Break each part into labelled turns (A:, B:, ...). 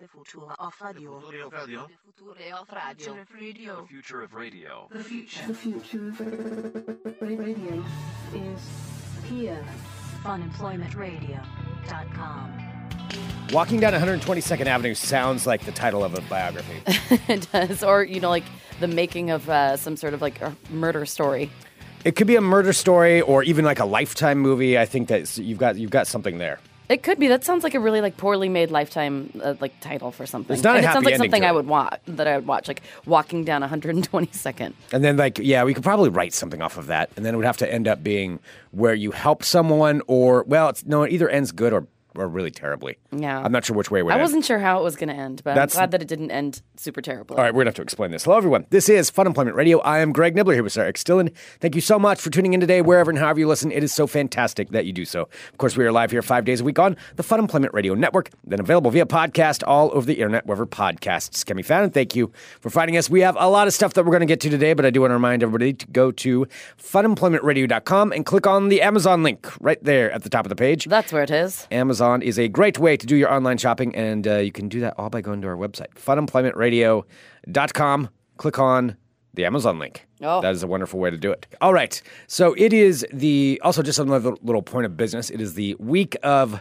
A: The future of radio.
B: Future of radio.
C: Future of Radio.
B: The future of radio.
D: The future.
E: The future of radio is here.
A: Unemploymentradio.com.
F: Walking down 122nd Avenue sounds like the title of a biography.
G: it does. Or, you know, like the making of uh, some sort of like a murder story.
F: it could be a murder story or even like a lifetime movie. I think that you've got you've got something there.
G: It could be. That sounds like a really like poorly made lifetime uh, like title for something.
F: It's not a
G: and it
F: happy
G: sounds like
F: ending
G: something
F: to
G: I
F: it.
G: would watch that I would watch, like walking down 122nd.
F: And then like yeah, we could probably write something off of that. And then it would have to end up being where you help someone or well, it's no, it either ends good or or really terribly.
G: Yeah.
F: I'm not sure which way we're
G: I wasn't sure how it was going to end, but
F: That's-
G: I'm glad that it didn't end super terribly.
F: All right, we're gonna have to explain this. Hello, everyone. This is Fun Employment Radio. I am Greg Nibbler here with Sarah X. Dillon. Thank you so much for tuning in today, wherever and however you listen. It is so fantastic that you do so. Of course, we are live here five days a week on the Fun Employment Radio Network, then available via podcast all over the internet, wherever podcasts can be found. And thank you for finding us. We have a lot of stuff that we're gonna get to today, but I do want to remind everybody to go to funemploymentradio.com and click on the Amazon link right there at the top of the page.
G: That's where it is.
F: Amazon is a great way to do your online shopping, and uh, you can do that all by going to our website, funemploymentradio.com. Click on the Amazon link.
G: Oh.
F: That is a wonderful way to do it. All right. So it is the, also just another little point of business, it is the week of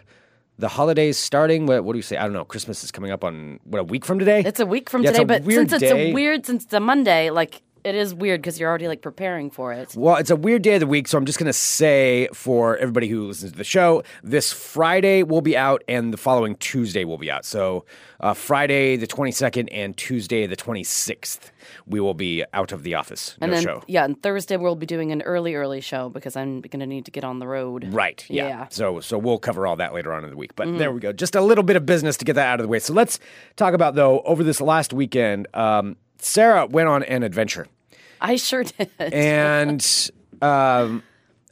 F: the holidays starting. What, what do you say? I don't know. Christmas is coming up on, what, a week from today?
G: It's a week from
F: Yeah, it's
G: today,
F: a
G: but
F: weird
G: since it's
F: day.
G: a weird, since it's a Monday, like it is weird because you're already like preparing for it.
F: Well, it's a weird day of the week, so I'm just going to say for everybody who listens to the show, this Friday will be out and the following Tuesday will be out. So, uh, Friday the 22nd and Tuesday the 26th, we will be out of the office.
G: And
F: no
G: then,
F: show.
G: yeah, and Thursday we'll be doing an early, early show because I'm going to need to get on the road.
F: Right. Yeah.
G: Yeah. Mm-hmm.
F: So so we'll cover all that later on in the week. But there we go. Just a little bit of business to get that out of the way. So let's talk about though over this last weekend, um, Sarah went on an adventure.
G: I sure did.
F: and um,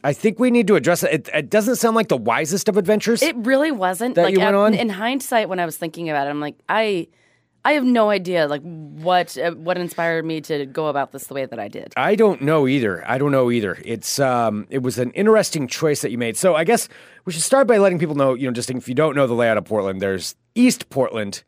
F: I think we need to address it. it. It doesn't sound like the wisest of adventures.
G: It really wasn't.
F: That
G: like
F: you went
G: at-
F: on?
G: in hindsight, when I was thinking about it, I'm like, I, I have no idea, like what uh, what inspired me to go about this the way that I did.
F: I don't know either. I don't know either. It's um, it was an interesting choice that you made. So I guess we should start by letting people know. You know, just if you don't know the layout of Portland, there's East Portland.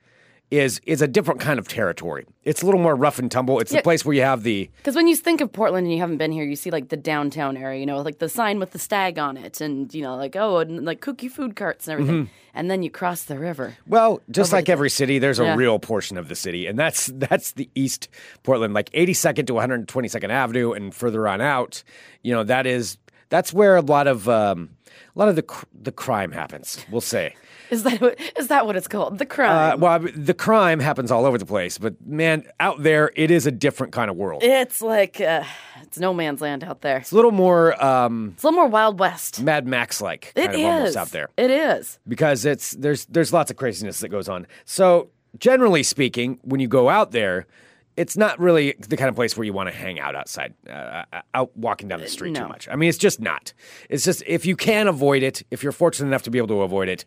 F: Is is a different kind of territory. It's a little more rough and tumble. It's the
G: Yeah.
F: place where you have the
G: Because when you think of Portland and you haven't been here, you see like the downtown area, you know, like the sign with the stag on it, and you know, like oh, and like cookie food carts and everything.
F: Mm-hmm.
G: And then you cross the river.
F: Well, just like every city, there's a
G: Yeah.
F: real portion of the city, and that's that's the East Portland, like 82nd to 122nd Avenue, and further on out. You know, that is that's where a lot of um, a lot of the cr- the crime happens. We'll say.
G: Is that what, is that what it's called? The
F: Uh,
G: crime.
F: well, I mean, the crime happens all over the place, but man, out there, it is a different kind of world. It's
G: it's like uh, it's no man's land out there.
F: a little more um,
G: It's a little more Wild West.
F: Mad Max like
G: It
F: kind
G: is
F: of almost out there.
G: It is.
F: because it's there's there's lots of craziness that goes on. So generally speaking, when you go out there, it's not really the kind of place where you want to hang out outside, uh, out walking down the street too
G: Uh, no.
F: much. I mean, it's just not. It's just if you can avoid it, if you're fortunate enough to be able to avoid it,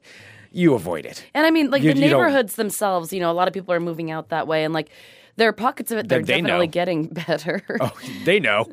F: you avoid it.
G: And I mean, like
F: You-
G: the
F: you don't-
G: neighborhoods themselves, you know, a lot of people are moving out that way, and like there are pockets of it that are
F: Then they know. Oh.
G: definitely getting better.
F: They know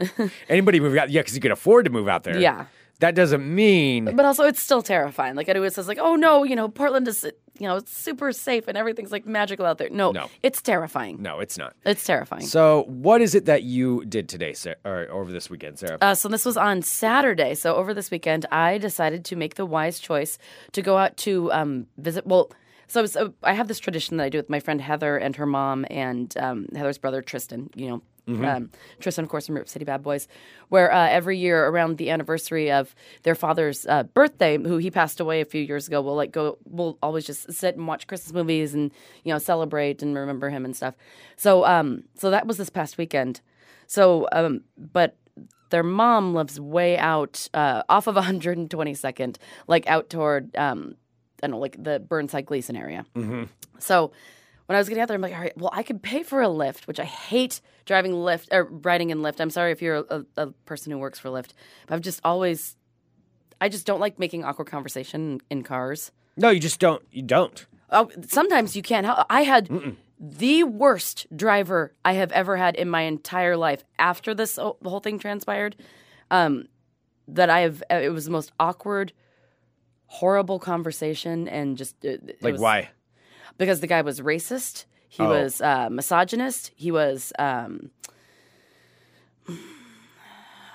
F: anybody moving out, yeah, because you can afford to move out there.
G: Yeah.
F: that doesn't mean
G: But also, it's still terrifying. Like it always says, like, oh no, you know, Portland is, you know, it's super safe and everything's like magical out there. No,
F: No.
G: it's terrifying.
F: no, it's not.
G: It's terrifying. So,
F: So, what is it that you did today, Sarah, or over this weekend, Sarah?
G: uh, so this was on Saturday. So over this weekend, I decided to make the wise choice to go out to um, visit. Well. So, I was- uh, I have this tradition that I do with my friend Heather and her mom and um, Heather's brother Tristan. You know, um, Tristan, of course, from Rip City Bad Boys, where uh, every year around the anniversary of their father's uh, birthday, who he passed away a few years ago, we'll like go, we'll always just sit and watch Christmas movies and you know celebrate and remember him and stuff. So, um, so that was this past weekend. So, um, but their mom lives way out uh, off of 122nd, like out toward um, I don't know, like the Burnside Gleason area. So when I was getting out there, I'm like, all right, well, I could pay for a Lyft, which I hate driving Lyft or riding in Lyft. I'm sorry if you're a, a person who works for Lyft, but I've just always, I just don't like making awkward conversation in cars.
F: no, you just don't. You don't.
G: Oh, sometimes you can't help. I had the worst driver I have ever had in my entire life after this whole the whole thing transpired. Um, that I have, it was the most awkward, horrible conversation, and just uh, it, it
F: Like
G: was-
F: why?
G: because the guy was racist. He
F: Oh.
G: was uh, misogynist. He was. Um,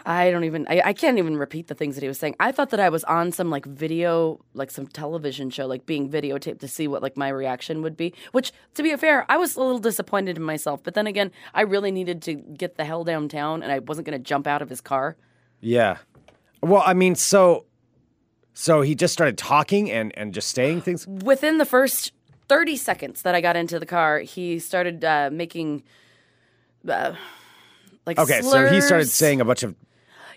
G: I don't even. I, I can't even repeat the things that he was saying. I thought that I was on some like video, like some television show, like being videotaped to see what like my reaction would be. Which, to be fair, I was a little disappointed in myself. But then again, I really needed to get the hell downtown, and I wasn't going to jump out of his car.
F: Yeah. Well, I mean, so so he just started talking and and just saying things.
G: within the first 30 seconds that I got into the car, he started uh, making uh, like
F: Okay, so he started
G: slurs.
F: saying a bunch of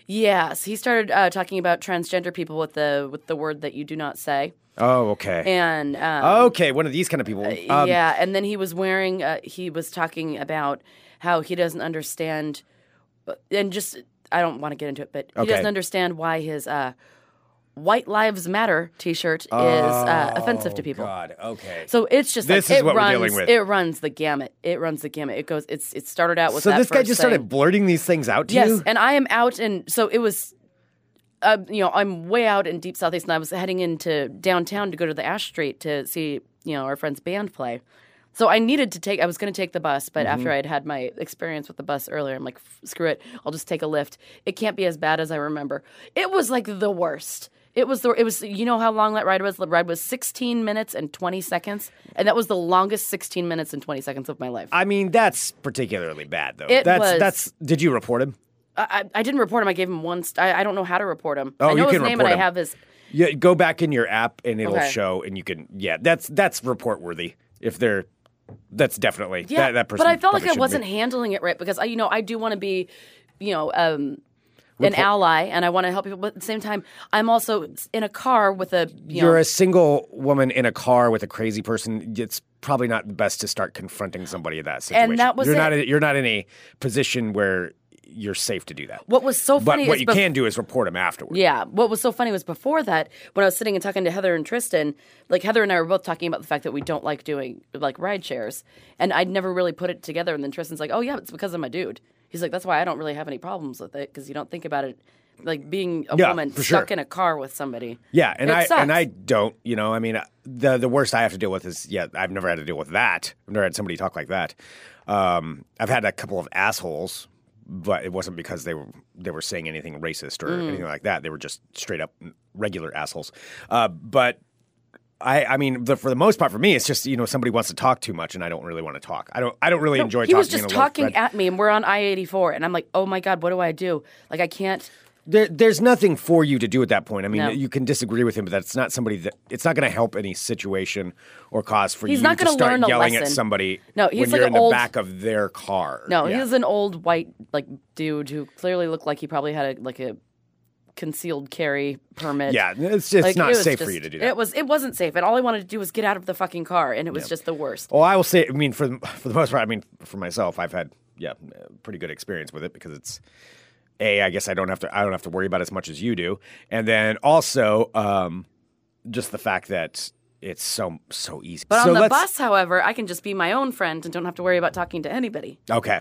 G: yes. He started uh, talking about transgender people with the with the word that you do not say,
F: Oh, okay.
G: and Uh, um,
F: Okay, one of these kind of people. Um,
G: yeah, and then he was wearing. Uh, he was talking about how he doesn't understand, uh, and just I don't want to get into it, but he
F: Okay.
G: doesn't understand why his uh, "White Lives Matter" T-shirt is uh, offensive to
F: oh,
G: people.
F: God. Okay.
G: So it's just
F: This
G: like,
F: is
G: it
F: what we're
G: runs,
F: dealing with.
G: It runs the gamut. It runs the gamut. It goes. It's it started out with
F: So
G: that
F: this guy
G: first
F: just
G: thing.
F: started blurting these things out to
G: Yes,
F: you?
G: and I am out, and so it was. Uh, you know, I'm way out in deep southeast, and I was heading into downtown to go to the Ash Street to see you know our friend's band play. So I needed to take. I was going to take the bus, but after
F: Mm-hmm.
G: I'd had my experience with the bus earlier, I'm like, "F- screw it. I'll just take a lift. It can't be as bad as I remember. It was like the worst. It was the. It was. You know how long that ride was? The ride was 16 minutes and 20 seconds, and that was the longest 16 minutes and 20 seconds of my life.
F: I mean, that's particularly bad though.
G: It
F: that's
G: was-
F: that's did you report him?
G: I, I I didn't report him. I gave him one. St- I, I don't know how to report him.
F: Oh,
G: I know
F: you
G: his
F: can
G: name,
F: report
G: and
F: him.
G: I have his.
F: Yeah, go back in your app and it'll
G: Okay.
F: show and you can yeah, that's that's report worthy if they're that's definitely
G: Yeah,
F: that, that person.
G: but I felt
F: probably
G: like I
F: shouldn't be.
G: wasn't handling it right because I, you know, I do want to be, you know, um, an
F: Report-
G: ally, and I want to help people. But at the same time, I'm also in a car with a, you
F: You're
G: know,
F: a single woman in a car with a crazy person. It's probably not best to start confronting somebody in that situation.
G: that was
F: you're
G: it.
F: not in, you're not in a position where you're safe to do that.
G: what was so
F: but
G: funny.
F: what
G: is
F: you
G: bef-
F: can do is report them afterwards.
G: Yeah. What was so funny was before that, when I was sitting and talking to Heather and Tristan, like Heather and I were both talking about the fact that we don't like doing like ride shares. And I'd never really put it together. And then Tristan's like, oh, yeah, it's because I'm a dude. He's like, that's why I don't really have any problems with it because you don't think about it like being a
F: Yeah,
G: woman
F: for
G: stuck
F: sure.
G: in a car with somebody.
F: Yeah, and
G: It
F: I
G: sucks.
F: and I don't, you know, I mean, uh, the the worst I have to deal with is yeah, I've never had to deal with that. I've never had somebody talk like that. Um, I've had a couple of assholes, but it wasn't because they were they were saying anything racist or
G: Mm.
F: anything like that. They were just straight up regular assholes. Uh, but I I mean, the, for the most part, for me, it's just you know somebody wants to talk too much, and I don't really want to talk. I don't I don't really enjoy
G: he
F: talking.
G: was
F: in
G: just
F: a low
G: talking
F: thread.
G: at me, and we're on I 84. And I'm like, oh my God, what do I do? Like, I can't.
F: There, there's nothing for you to do at that point. I mean,
G: No.
F: you can disagree with him, but that's not somebody that it's not going to help any situation or cause for
G: He's
F: you
G: not
F: to
G: gonna
F: start
G: learn a
F: yelling at
G: lesson.
F: somebody.
G: No, he's
F: when
G: like
F: you're
G: an
F: in
G: old-
F: the back of their car.
G: No,
F: Yeah.
G: he was an old white like dude who clearly looked like he probably had a like a concealed carry permit.
F: yeah, it's just
G: Like,
F: not
G: it was
F: safe for
G: just-
F: you to do that.
G: It was it wasn't safe, and all I wanted to do was get out of the fucking car, and it was just the worst.
F: Well, I will say, I mean, for the, for the most part, I mean, for myself, I've had yeah, a pretty good experience with it because it's a. I guess I don't have to I don't have to worry about it as much as you do, and then also um, just the fact that it's so so easy.
G: But
F: So
G: on the
F: let's-
G: bus, however, I can just be my own friend and don't have to worry about talking to anybody.
F: Okay.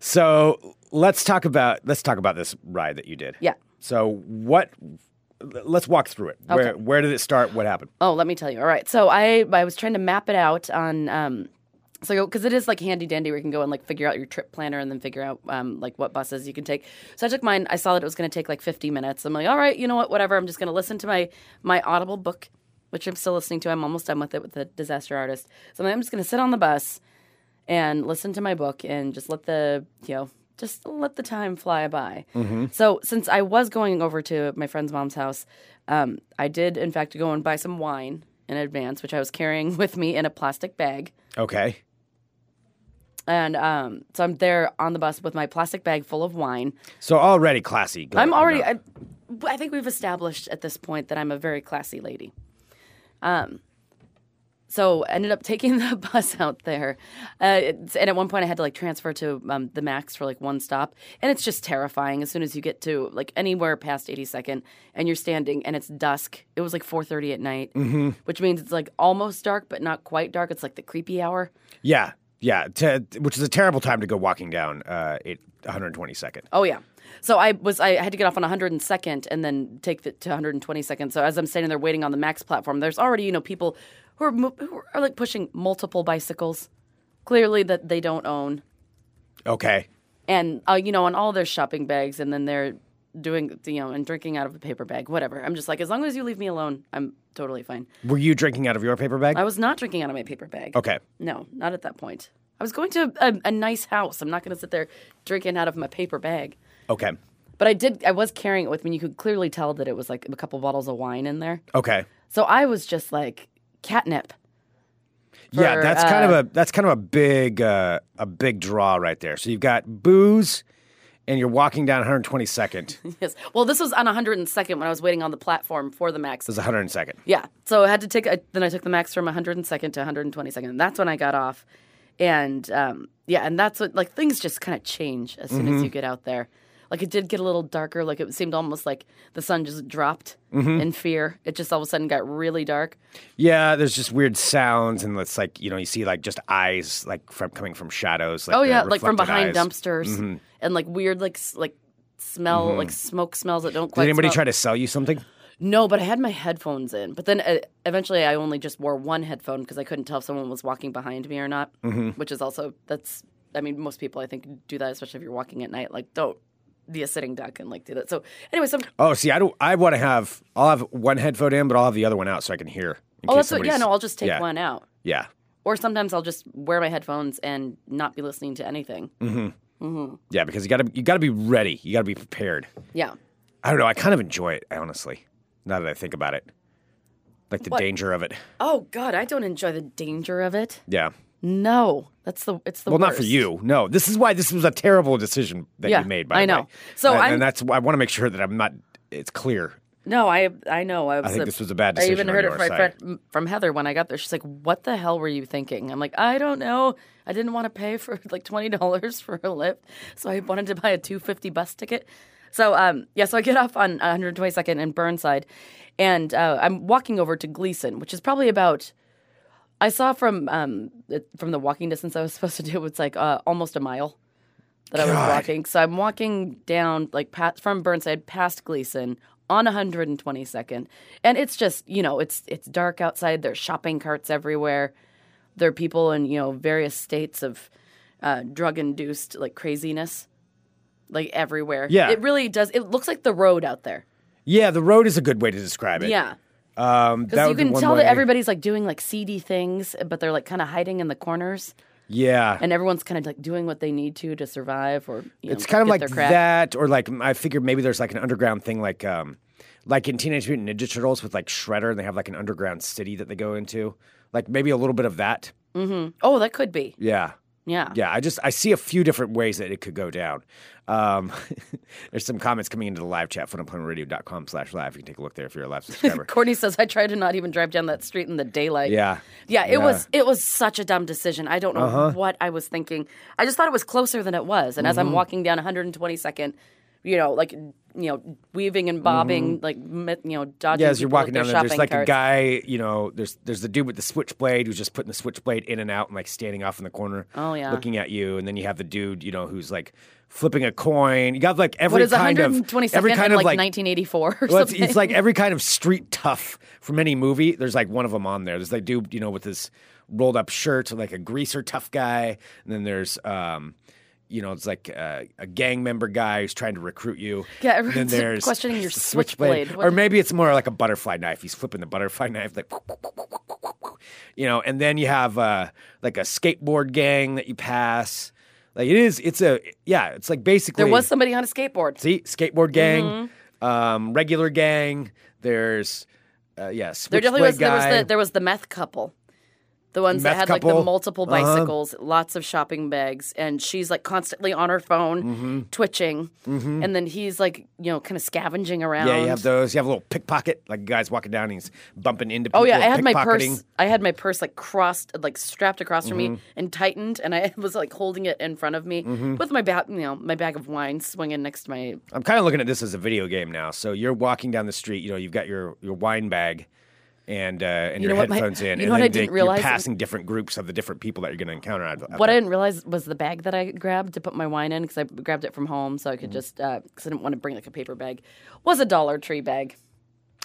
F: So let's talk about let's talk about this ride that you did.
G: Yeah.
F: So what let's walk through it. Where
G: Okay.
F: where did it start? What happened?
G: Oh, let me tell you. All right, so I I was trying to map it out on um, so because it is like handy dandy where you can go and like figure out your trip planner and then figure out um like what buses you can take. So I took mine. I saw that it was going to take like 50 minutes. I'm like, all right, you know what, whatever. I'm just going to listen to my my Audible book, which I'm still listening to. I'm almost done with it with the Disaster Artist. So I'm, like, I'm just going to sit on the bus and listen to my book and just let the you know just let the time fly by. So since I was going over to my friend's mom's house, um, I did in fact go and buy some wine in advance, which I was carrying with me in a plastic bag.
F: Okay.
G: And um, so I'm there on the bus with my plastic bag full of wine.
F: So already classy. Go-
G: I'm already.
F: no.
G: I, I think we've established at this point that I'm a very classy lady. Um, so I ended up taking the bus out there, uh, it's, and at one point I had to like transfer to um, the max for like one stop, and it's just terrifying. As soon as you get to like anywhere past 82nd, and you're standing, and it's dusk. It was like 4:30 at night, which means it's like almost dark, but not quite dark. It's like the creepy hour.
F: yeah. Yeah, to, which is a terrible time to go walking down uh, it, 122nd.
G: Oh yeah. So I was I had to get off on 102nd and then take the to 122nd. So as I'm standing there waiting on the Max platform, there's already you know people who are mo- who are like pushing multiple bicycles, clearly that they don't own,
F: Okay.
G: and uh, you know, on all their shopping bags, and then they're doing you know and drinking out of a paper bag, whatever. I'm just like, as long as you leave me alone, I'm totally fine.
F: Were you drinking out of your paper bag?
G: I was not drinking out of my paper bag.
F: Okay.
G: No, not at that point. I was going to a, a nice house. I'm not going to sit there drinking out of my paper bag.
F: Okay.
G: But I did. I was carrying it with me. and You could clearly tell that it was like a couple bottles of wine in there.
F: Okay.
G: So I was just like catnip.
F: yeah,
G: for, uh,
F: that's kind of a that's kind of a big uh, a big draw right there. So you've got booze, and you're walking down 122nd. It
G: Yes. Well, this was on 102nd when I was waiting on the platform for the max.
F: was 102nd.
G: Yeah. So I had to take. I, then I took the max from 102nd to 122nd. And that's when I got off. And um, yeah, and that's what like things just kind of change as soon as you get out there. Like it did get a little darker. Like it seemed almost like the sun just dropped in fear. It just all of a sudden got really dark.
F: Yeah, there's just weird sounds, and it's like you know you see like just eyes like from coming from shadows. Like
G: Oh
F: the
G: yeah, like from
F: reflected
G: behind
F: eyes. Mm-hmm.
G: dumpsters and like weird like s- like smell like smoke smells that don't
F: Did
G: quite.
F: anybody
G: smell.
F: try to sell you something?
G: No, but I had my headphones in. But then uh, eventually, I only just wore one headphone because I couldn't tell if someone was walking behind me or not.
F: Mm-hmm.
G: Which is also that's I mean most people I think do that, especially if you're walking at night. Like don't be a sitting duck and like do that. So anyway, some
F: Oh, see, I don't. I want to have. I'll have one headphone in, but I'll have the other one out so I can hear. in
G: oh
F: case
G: that's what yeah
F: somebody's-
G: no I'll just take
F: yeah,
G: one out.
F: Yeah,
G: Or sometimes I'll just wear my headphones and not be listening to anything.
F: Mm. yeah, because you gotta you gotta be ready. You gotta be prepared.
G: Yeah.
F: I don't know. I kind of enjoy it, honestly. Now that I think about it, like the danger of it.
G: Oh God, I don't enjoy the danger of it.
F: Yeah.
G: No, that's the it's the
F: Well, not for
G: worst.
F: you. No, this is why this was a terrible decision that
G: Yeah,
F: you made. By
G: I
F: the
G: know.
F: way.
G: So
F: and,
G: I'm-
F: and that's why I want to make sure that I'm not. It's clear.
G: No, I I know. I, was
F: think
G: a-
F: this was a bad
G: I even
F: decision on
G: heard it
F: your
G: from my
F: side.
G: friend from Heather when I got there. She's like, "What the hell were you thinking?" I'm like, "I don't know. I didn't want to pay for like twenty dollars for a lift, so I wanted to buy a two fifty bus ticket." So um yeah, so I get off on 122nd and Burnside, and uh, I'm walking over to Gleason, which is probably about. I saw from um the- from the walking distance I was supposed to do, it's like uh, almost a mile that I was
F: God.
G: walking. So I'm walking down like past, from Burnside past Gleason on 122nd, and it's just you know it's it's dark outside. There's shopping carts everywhere. There are people in you know various states of uh, drug induced like craziness, like everywhere.
F: Yeah.
G: it really does. It looks like the road out there.
F: Yeah, the road is a good way to describe it.
G: Yeah.
F: Um, that
G: Because you
F: would be
G: can
F: one
G: tell
F: way.
G: that everybody's like doing like seedy things, but they're like kind of hiding in the corners,
F: Yeah.
G: and everyone's kind of like doing what they need to to survive, or you know,
F: It's kind of
G: get
F: like
G: their crack.
F: that, or like I figured maybe there's like an underground thing, like um, like in Teenage Mutant Ninja Turtles with like Shredder, and they have like an underground city that they go into, like maybe a little bit of that.
G: Oh, that could be.
F: Yeah,
G: Yeah.
F: yeah. I just I see a few different ways that it could go down. Um, there's some comments coming into the live chat, funemploymentradio.com slash live. You can take a look there if you're a live subscriber.
G: Courtney says I tried to not even drive down that street in the daylight.
F: yeah, Uh-huh.
G: Yeah, it was it was such a dumb decision. I don't know what I was thinking. I just thought it was closer than it was. And as
F: Mm-hmm.
G: I'm walking down 122nd, you know, like you know, weaving and bobbing, like like you know, dodging.
F: Mm-hmm. Yeah, as you're
G: people
F: walking
G: with their
F: down there, there's
G: shopping
F: like a
G: carts.
F: guy, you know, there's there's the dude with the switchblade who's just putting the switchblade in and out and like standing off in the corner,
G: Oh, yeah.
F: looking at you, and then you have the dude, you know, who's like flipping a coin. You got like every
G: What is
F: kind
G: 122nd
F: of every kind
G: in
F: of
G: like,
F: like.
G: 1984 or
F: well, it's,
G: something?
F: it's like every kind of street tough from any movie. There's like one of them on there. There's like dude, you know, with this rolled up shirt, like a greaser tough guy, and then there's um, you know, it's like uh, a gang member guy who's trying to recruit you.
G: Yeah,
F: And then
G: everyone's
F: there's
G: questioning your
F: the
G: switchblade. What-
F: or maybe it's more like a butterfly knife. He's flipping the butterfly knife, like you know. And then you have uh, like a skateboard gang that you pass. Like it is, it's a yeah, it's like basically
G: there was somebody on a skateboard.
F: See, skateboard gang,
G: Mm-hmm.
F: um, regular gang. There's, uh, yeah,
G: There definitely was
F: switchblade
G: there was
F: guy.
G: the there was the meth couple. The ones that
F: Meth
G: had like
F: couple. Uh-huh.
G: the multiple bicycles, lots of shopping bags, and she's like constantly on her phone,
F: Mm-hmm.
G: twitching, and then he's like you know kind of scavenging around.
F: yeah, you have those. You have a little pickpocket, like a guy's walking down and he's bumping into people.
G: Oh yeah, I had my
F: pickpocketing. Mm-hmm.
G: purse. I had my purse like crossed, like strapped across from me and tightened, and I was like holding it in front of me with my bag, you know, my bag of wine swinging next to my.
F: I'm kind of looking at this as a video game now. So you're walking down the street. You know, you've got your your wine bag. And uh, and
G: You
F: your
G: know what my-
F: headphones in,
G: you
F: and
G: know what
F: then
G: I
F: the-
G: didn't realize?
F: you're passing different groups of the different people that you're going to encounter. Out, out
G: What I
F: there.
G: didn't realize was the bag that I grabbed to put my wine in because I
F: Mm-hmm.
G: uh, grabbed it from home, so I could just because I didn't want to bring like a paper bag, was a Dollar Tree bag.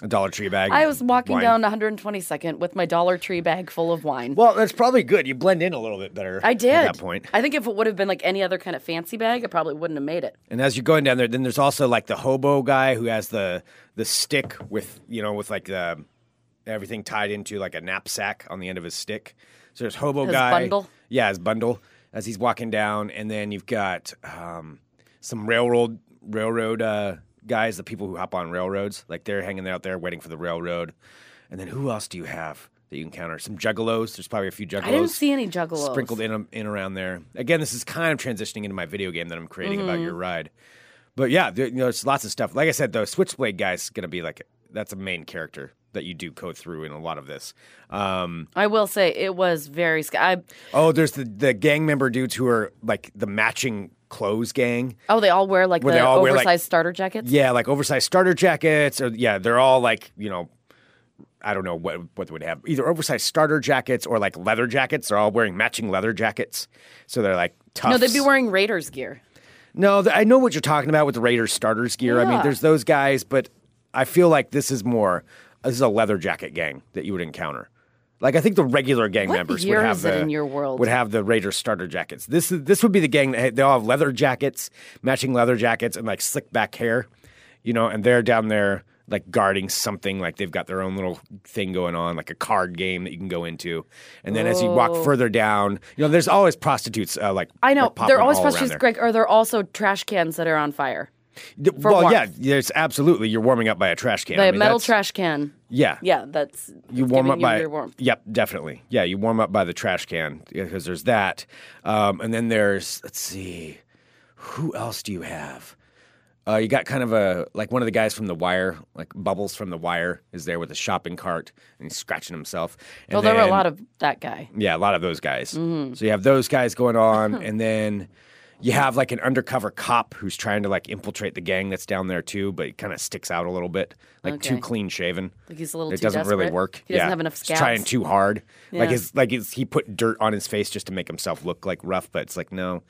F: A Dollar Tree bag.
G: I was walking
F: wine.
G: down 122nd with my Dollar Tree bag full of wine.
F: Well, that's probably good. You blend in a little bit better.
G: I did.
F: at that point.
G: I think if it would have been like any other kind of fancy bag, I probably wouldn't have made it.
F: And as you're going down there, then there's also like the hobo guy who has the the stick with you know with like the everything tied into like a knapsack on the end of his stick. So there's hobo
G: His
F: guy.
G: bundle?
F: Yeah, his bundle as he's walking down, and then you've got um, some railroad railroad uh, guys, the people who hop on railroads, like they're hanging out there waiting for the railroad. And then who else do you have that you encounter? Some juggalos. There's probably a few juggalos
G: I didn't see any juggalos.
F: sprinkled in um, in around there. Again, this is kind of transitioning into my video game that I'm creating
G: Mm-hmm.
F: about your ride. But yeah, there, you know, there's lots of stuff. Like I said, though, Switchblade guy's gonna be like that's a main character that you do go through in a lot of this. Um,
G: I will say it was very. Sc- I,
F: oh, there's the the gang member dudes who are like the matching clothes gang.
G: oh, they all wear like
F: Where
G: the
F: they all wear,
G: oversized
F: like-
G: starter jackets.
F: Yeah, like oversized starter jackets, or yeah, they're all like you know, I don't know what what they would have either oversized starter jackets or like leather jackets. They're all wearing matching leather jackets, so they're like tough.
G: No, they'd be wearing Raiders gear.
F: No, th- I know what you're talking about with the Raiders starters gear. I mean,
G: Yeah.
F: there's those guys, but I feel like this is more this is a leather jacket gang that you would encounter. Like I think the regular gang
G: What
F: members
G: year
F: would have
G: is it
F: the,
G: in your world?
F: would have the Raiders starter jackets. This is this would be the gang that they all have leather jackets, matching leather jackets, and like slick back hair, you know, and they're down there like guarding something like they've got their own little thing going on like a card game that you can go into and then as you walk further down you know there's always prostitutes uh, like
G: Oh. I know
F: like, popping
G: they're always
F: all around
G: frustrated,
F: there.
G: Greg. Are there also trash cans that are on fire?
F: D-
G: for
F: well,
G: warmth.
F: yeah, there's absolutely you're warming up by a trash can.
G: The
F: I mean,
G: metal
F: that's-
G: trash can.
F: Yeah,
G: Yeah, that's
F: You
G: it's
F: warm
G: giving
F: up
G: you
F: by
G: your warmth.
F: Yep, definitely. Yeah, you warm up by the trash can because there's that, um, and then there's let's see, who else do you have? Uh, you got kind of a like one of the guys from The Wire, like Bubbles from The Wire, is there with a shopping cart and he's scratching himself. And
G: Well, there were a
F: then-
G: lot of that guy.
F: yeah, a lot of those guys.
G: Mm-hmm.
F: So you have those guys going on, and then you have like an undercover cop who's trying to like infiltrate the gang that's down there too, but it kind of sticks out a little bit, like too
G: Okay.
F: clean shaven.
G: Like he's a little
F: It
G: too
F: doesn't really
G: desperate.
F: work.
G: He doesn't
F: yeah.
G: have enough
F: He's trying
G: scabs.
F: too hard. Like
G: Yeah.
F: his like his, he put dirt on his face just to make himself look like rough, but it's like no,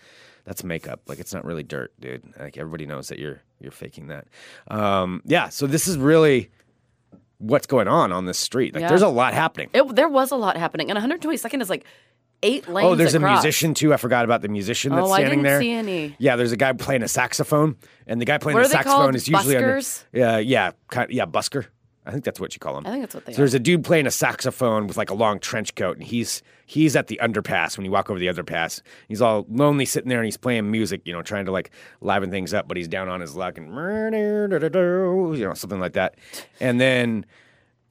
F: that's makeup. Like it's not really dirt, dude. Like everybody knows that you're you're faking that. Um, yeah. So this is really. What's going on on this street? Like,
G: Yeah.
F: there's a lot happening.
G: It, there was a lot happening, and 122nd is like eight lanes.
F: Oh, there's a
G: across.
F: musician too. I forgot about the musician that's
G: Oh, I
F: standing
G: didn't
F: there.
G: see any.
F: Yeah, there's a guy playing a saxophone, and the guy playing
G: What
F: the
G: are they
F: saxophone
G: called?
F: is usually
G: Buskers?
F: under. Yeah, yeah, kind yeah, busker. I think that's what you call him.
G: I think that's what they
F: So there's a dude playing a saxophone with like a long trench coat, and he's he's at the underpass when you walk over the underpass. He's all lonely sitting there, and he's playing music, you know, trying to like liven things up, but he's down on his luck and you know something like that. And then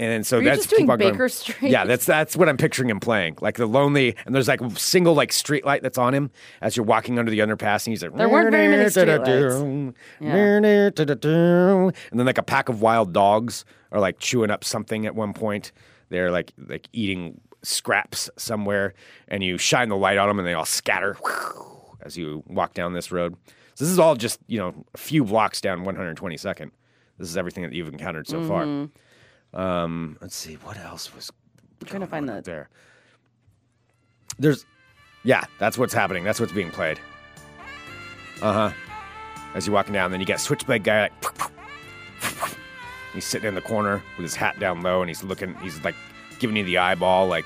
F: and then so
G: you
F: that's
G: just doing
F: keep on going-
G: Baker Street?
F: Yeah, that's that's what I'm picturing him playing, like the lonely. And there's like a single like street light that's on him as you're walking under the underpass, and he's like,
G: There weren't very many
F: "Da-da-da-da-da, da-da-da-da-da." And then like a pack of wild dogs are like chewing up something at one point. They're like like eating scraps somewhere, and you shine the light on them, and they all scatter as you walk down this road. So this is all just you know a few blocks down 122nd. This is everything that you've encountered so
G: Mm-hmm.
F: far. Um, let's see what else was. I'm
G: trying to find the-
F: there. There's, yeah, that's what's happening. That's what's being played. Uh huh. As you're walking down, then you got switchblade guy. Like, he's sitting in the corner with his hat down low, and he's looking. He's like giving you the eyeball, like,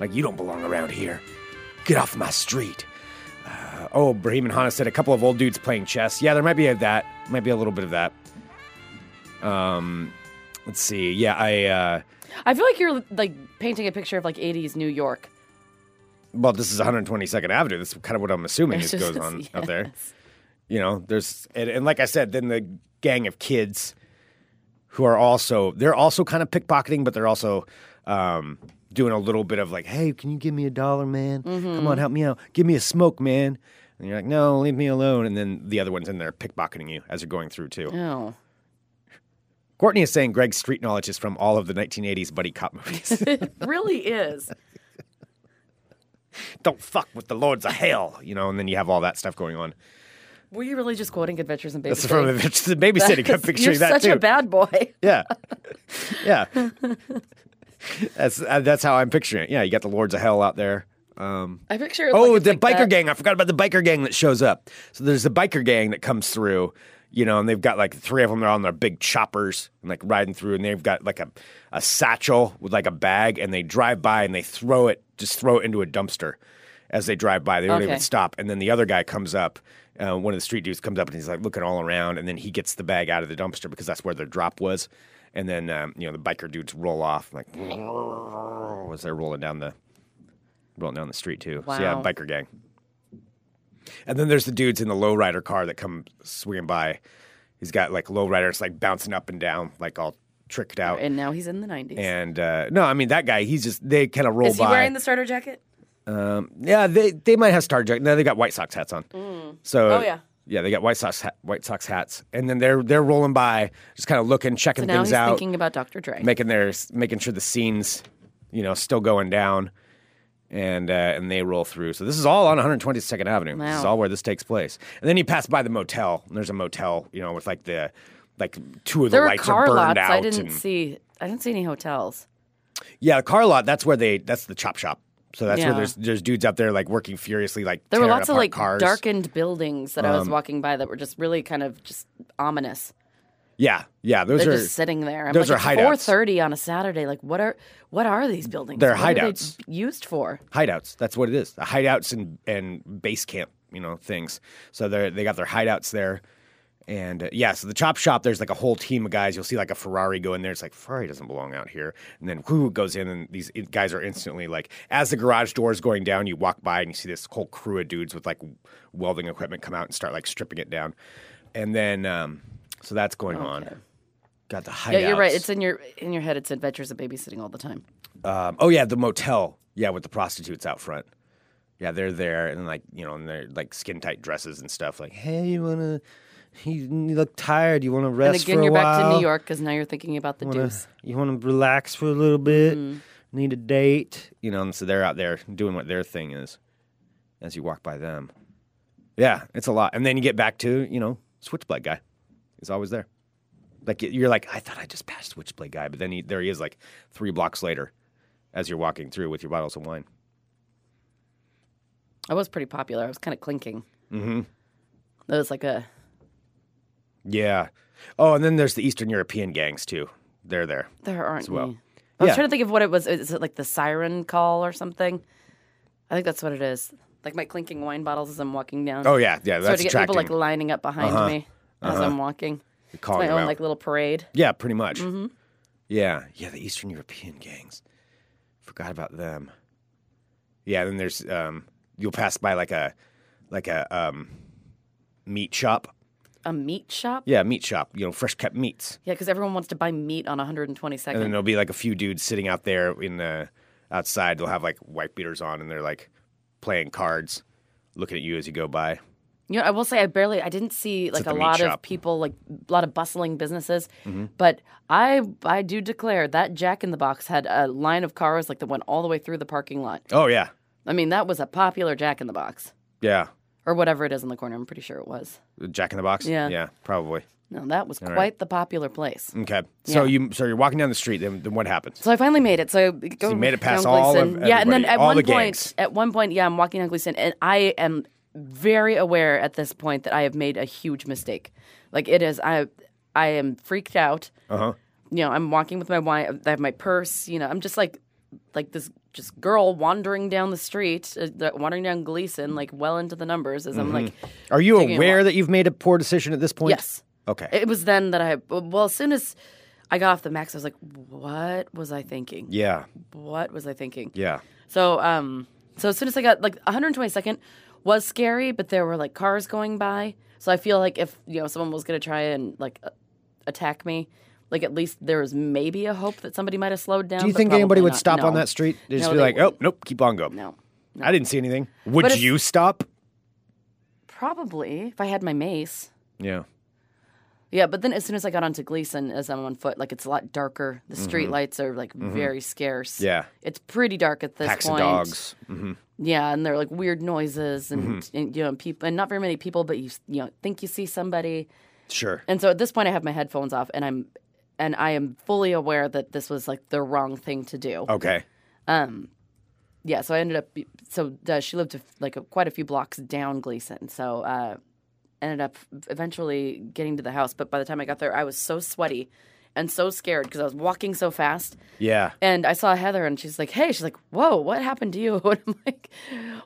F: like you don't belong around here. Get off my street. Uh, oh, Brahim and Hana said a couple of old dudes playing chess. Yeah, there might be a, that. Might be a little bit of that. Um, let's see. Yeah, I. Uh,
G: I feel like you're like painting a picture of like 80s New York.
F: well, this is 122nd Avenue. That's kind of what I'm assuming
G: It's
F: is goes
G: just-
F: on up there.
G: yes.
F: You know, there's and, and like I said, then the gang of kids who are also they're also kind of pickpocketing, but they're also um, doing a little bit of like, hey, can you give me a dollar, man?
G: Mm-hmm.
F: Come on, help me out. Give me a smoke, man. And you're like, no, leave me alone. And then the other one's in there pickpocketing you as you're going through too.
G: Oh.
F: Courtney is saying Greg's street knowledge is from all of the 1980s buddy cop movies.
G: It really is.
F: Don't fuck with the lords of hell, you know. And then you have all that stuff going on.
G: Were you really just quoting Adventures in Babysitting?
F: That's from the babysitting. I'm picturing
G: You're
F: that
G: such
F: too.
G: a bad boy.
F: yeah, yeah. that's uh, that's how I'm picturing it. Yeah, you got the lords of hell out there. Um,
G: I picture. it
F: oh,
G: like, it's
F: the
G: like
F: biker
G: that-
F: gang! I forgot about the biker gang that shows up. So there's the biker gang that comes through. you know, and they've got like three of them. They're on their big choppers and like riding through, and they've got like a, a satchel with like a bag, and they drive by and they throw it, just throw it into a dumpster as they drive by. They don't
G: Okay.
F: even stop. And then the other guy comes up, uh, one of the street dudes comes up and he's like looking all around, and then he gets the bag out of the dumpster because that's where their drop was. And then um, you know the biker dudes roll off like as they're rolling down the rolling down the street too. So yeah,
G: Wow.
F: biker gang. And then there's the dudes in the lowrider car that come swinging by. He's got like lowriders like bouncing up and down, like all tricked out.
G: And now he's in the 90s.
F: And uh, no, I mean that guy. He's just they kind of roll
G: Is he
F: by.
G: wearing the starter jacket?
F: Yeah, they they might have Star Jacket. No, they got White Sox hats on. So
G: Oh, yeah.
F: yeah, they got White Sox ha- White Sox hats, and then they're they're rolling by, just kind of looking, checking
G: So now
F: things
G: he's
F: out,
G: thinking about Dr. Dre.
F: making their making sure the scenes, you know, still going down, and uh, and they roll through. So this is all on 122nd Avenue. This is
G: Wow.
F: all where this takes place. And then you pass by the motel. And there's a motel, you know, with like the like two of the
G: there were
F: lights
G: car
F: are burned
G: lots.
F: out.
G: I didn't
F: and-
G: see. I didn't see any hotels.
F: yeah, the car lot. That's where they. That's the chop shop. So that's where
G: Yeah.
F: there's there's dudes out there like working furiously, like
G: There were
F: tearing
G: lots of
F: apart
G: like
F: cars. Um,
G: darkened buildings that I was walking by that were just really kind of just ominous.
F: Yeah, yeah. Those
G: They're
F: are
G: just sitting there. I'm
F: those
G: like,
F: are
G: it's
F: hideouts.
G: 4:30 on a Saturday. Like, what are what are these buildings?
F: They're
G: What are they
F: hideouts.
G: used for.
F: hideouts. That's what it is. The hideouts and and base camp, you know, things. So they they got their hideouts there. And uh, yeah, so the chop shop, there's like a whole team of guys. You'll see like a Ferrari go in there. It's like Ferrari doesn't belong out here. And then who goes in, and these i- guys are instantly like, as the garage door is going down, you walk by and you see this whole crew of dudes with like welding equipment come out and start like stripping it down. And then, um, so that's going on. Got the hideouts.
G: Oh, Yeah, you're right. It's in your in your head. It's adventures of babysitting all the time.
F: Um, oh yeah, the motel. Yeah, with the prostitutes out front. Yeah, they're there and like you know, and they're like skin tight dresses and stuff. Like, hey, you wanna? You, you look tired. You wanna
G: And
F: rest for
G: again,
F: a
G: you're
F: while?
G: back to New York because now you're thinking about the
F: Wanna-
G: deuce.
F: you wanna relax for a little bit?
G: Mm-hmm.
F: Need a date? You know, and so they're out there doing what their thing is as you walk by them. Yeah, it's a lot. And then you get back to you know, switchblade guy. He's always there. Like you're like, I thought I just passed switchblade guy, but then he, there he is, like three blocks later, as you're walking through with your bottles of wine.
G: I was pretty popular. I was kind of clinking. Mm-hmm. That was like a
F: Yeah. Oh, and then there's the Eastern European gangs too. They're there.
G: there aren't
F: well.
G: any. I was
F: Yeah.
G: trying to think of what it was. Is it like the siren call or something? I think that's what it is. Like my clinking wine bottles as I'm walking down.
F: Oh yeah, yeah.
G: so
F: That's
G: to get
F: attracting. Uh-huh.
G: people like lining up behind me as I'm walking.
F: You're
G: It's
F: calling
G: my
F: them
G: own
F: out.
G: like little parade.
F: yeah, pretty much.
G: Mm-hmm.
F: Yeah, yeah. The Eastern European gangs. Forgot about them. Yeah. Then there's um, you'll pass by like a like a um, meat shop.
G: A meat shop?
F: Yeah, meat shop. You know, fresh cut meats.
G: Yeah, because everyone wants to buy meat on 122nd.
F: And then there'll be like a few dudes sitting out there in the outside. They'll have like white beaters on, and they're like playing cards, looking at you as you go by.
G: You know, I will say I barely, I didn't see like
F: at
G: a
F: the meat
G: lot
F: shop. Mm-hmm.
G: of people, like a lot of bustling businesses. But I, I do declare that Jack in the Box had a line of cars like that went all the way through the parking lot.
F: Oh yeah,
G: I mean, that was a popular Jack in the Box
F: yeah.
G: or whatever it is in the corner. I'm pretty sure it was.
F: Jack in the Box.
G: Yeah.
F: yeah, probably.
G: No, that was quite the popular place.
F: Okay. So
G: Yeah.
F: you so you're walking down the street. Then, then what happens?
G: So I finally made it. So, I go
F: you made it past
G: down
F: all of
G: Gleason. yeah, and then
F: everybody,
G: at
F: all
G: one
F: the
G: point,
F: gangs.
G: at one point, yeah, I'm walking down Gleason, and I am very aware at this point that I have made a huge mistake. Like it is, I, I am freaked out.
F: Uh huh.
G: You know, I'm walking with my wine. I have my purse. You know, I'm just like, like this just girl wandering down the street, uh, that- wandering down Gleason, like well into the numbers. As
F: Mm-hmm.
G: I'm like,
F: Are you
G: Taking a
F: aware
G: walk.
F: that you've made a poor decision at this point?
G: yes.
F: Okay.
G: It was then that I well, as soon as I got off the max, I was like, what was I thinking?
F: yeah.
G: What was I thinking?
F: Yeah.
G: So um so as soon as I got like 122nd was scary, but there were like cars going by. So I feel like if you know someone was gonna try and like a- attack me, like at least there was maybe a hope that somebody might have slowed down.
F: Do you
G: but
F: think anybody
G: probably
F: would
G: not.
F: stop
G: No.
F: on that street? They'd just
G: No,
F: be
G: they
F: like,
G: wouldn't.
F: oh, nope, keep on going.
G: No,
F: I didn't see anything. Would
G: if-
F: you stop?
G: probably if I had my mace.
F: Yeah.
G: Yeah, but then as soon as I got onto Gleason, as I'm on foot, like it's a lot darker. The street lights are like very scarce.
F: Mm-hmm. Yeah.
G: it's pretty dark at this
F: Packs
G: point.
F: of dogs. hmm
G: Yeah, and they're like weird noises and, and you know people and not very many people, but you s- you know think you see somebody.
F: Sure.
G: And so at this point, I have my headphones off, and I'm and I am fully aware that this was like the wrong thing to do.
F: Okay.
G: Yeah, so I ended up. So uh, she lived a f- like a, quite a few blocks down Gleason. So uh, ended up eventually getting to the house. But by the time I got there, I was so sweaty and so scared because I was walking so fast.
F: Yeah.
G: And I saw Heather and she's like, hey, she's like, whoa, what happened to you? And I'm like,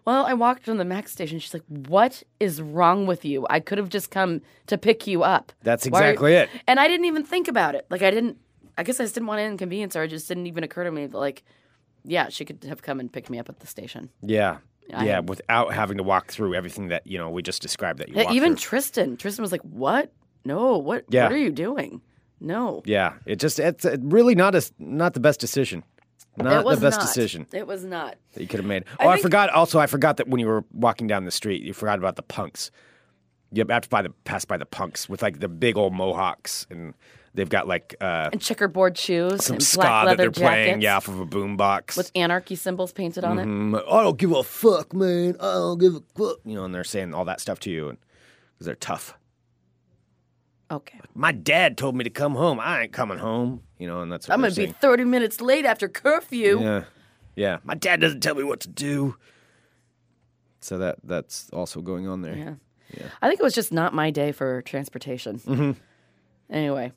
G: well, I walked from the MAC station. She's like, what is wrong with you? I could have just come to pick you up.
F: That's
G: Why are you-"
F: exactly it.
G: And I didn't even think about it. Like, I didn't, I guess I just didn't want to inconvenience her. It just didn't even occur to me that, like, yeah, she could have come and picked me up at the station.
F: Yeah.
G: I-
F: yeah, without having to walk through everything that, you know, we just described that you
G: Yeah,
F: walked
G: even
F: through.
G: Tristan. Tristan was like, "What? No. What?
F: Yeah.
G: What are you doing? No.
F: yeah. It just it's uh, really not a not the best decision. Not
G: it was
F: the best
G: not.
F: decision
G: It was not.
F: that you could have made.
G: I
F: Oh, I,
G: think-
F: forgot also I forgot that when you were walking down the street, you forgot about the punks. You have to by the pass by the punks with like the big old mohawks and they've got like uh
G: And checkerboard shoes
F: some
G: and
F: ska
G: black
F: that
G: leather
F: they're playing
G: jackets
F: yeah off of a boombox.
G: with anarchy symbols painted on it.
F: Mm, I don't give a fuck, man. I don't give a fuck. You know, and they're saying all that stuff to you and because they're tough.
G: Okay.
F: My dad told me to come home. I ain't coming home. You know, and that's what
G: I'm
F: they're
G: gonna be
F: saying.
G: 30 minutes late after curfew.
F: yeah, yeah. My dad doesn't tell me what to do. So that that's also going on there.
G: Yeah. I think it was just not my day for transportation. Anyway,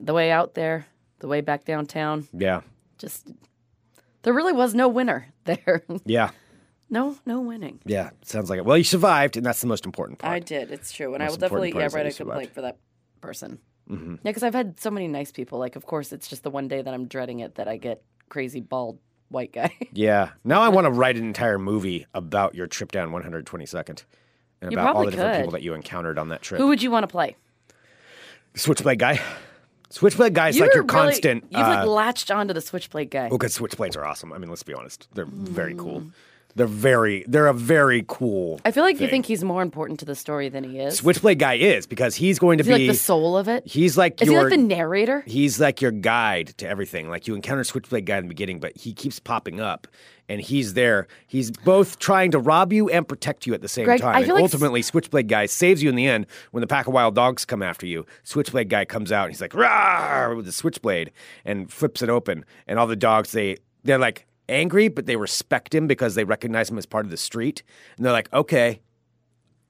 G: the way out there, the way back downtown,
F: Yeah,
G: just there really was no winner there.
F: yeah,
G: no, no winning.
F: yeah. Sounds like it. Well, you survived, and that's the most important part.
G: I did. It's true, and I
F: Most
G: will definitely
F: important part
G: yeah
F: is that
G: write
F: you
G: a
F: survived.
G: complaint for that person.
F: Mm-hmm.
G: Yeah, because I've had so many nice people. Like, of course, it's just the one day that I'm dreading it that I get crazy bald white guy.
F: Yeah. Now I want to write an entire movie about your trip down 122nd and
G: You
F: about all
G: probably
F: the different
G: could.
F: people that you encountered on that trip.
G: Who would you want to play?
F: Switchblade guy. Switchblade guy is like your
G: You're really-
F: constant. uh,
G: You've like latched onto the switchblade guy.
F: Well, because switchblades are awesome. I mean, let's be honest; they're very cool. They're very. They're a very cool.
G: Mm. I feel like you
F: thing.
G: think he's more important to the story than he is.
F: Switchblade guy is because he's going to
G: is he
F: be.
G: like the soul of it?
F: he's like
G: is he
F: your.
G: like the narrator?
F: He's like your guide to everything. Like you encounter Switchblade guy in the beginning, but he keeps popping up, and he's there. He's both trying to rob you and protect you at the same
G: Greg,
F: time.
G: I
F: and
G: feel like s-
F: ultimately, Switchblade guy saves you in the end when the pack of wild dogs come after you. Switchblade guy comes out and he's like "Rawr!" with the switchblade and flips it open, and all the dogs they they're like angry, but they respect him because they recognize him as part of the street, and they're like, okay,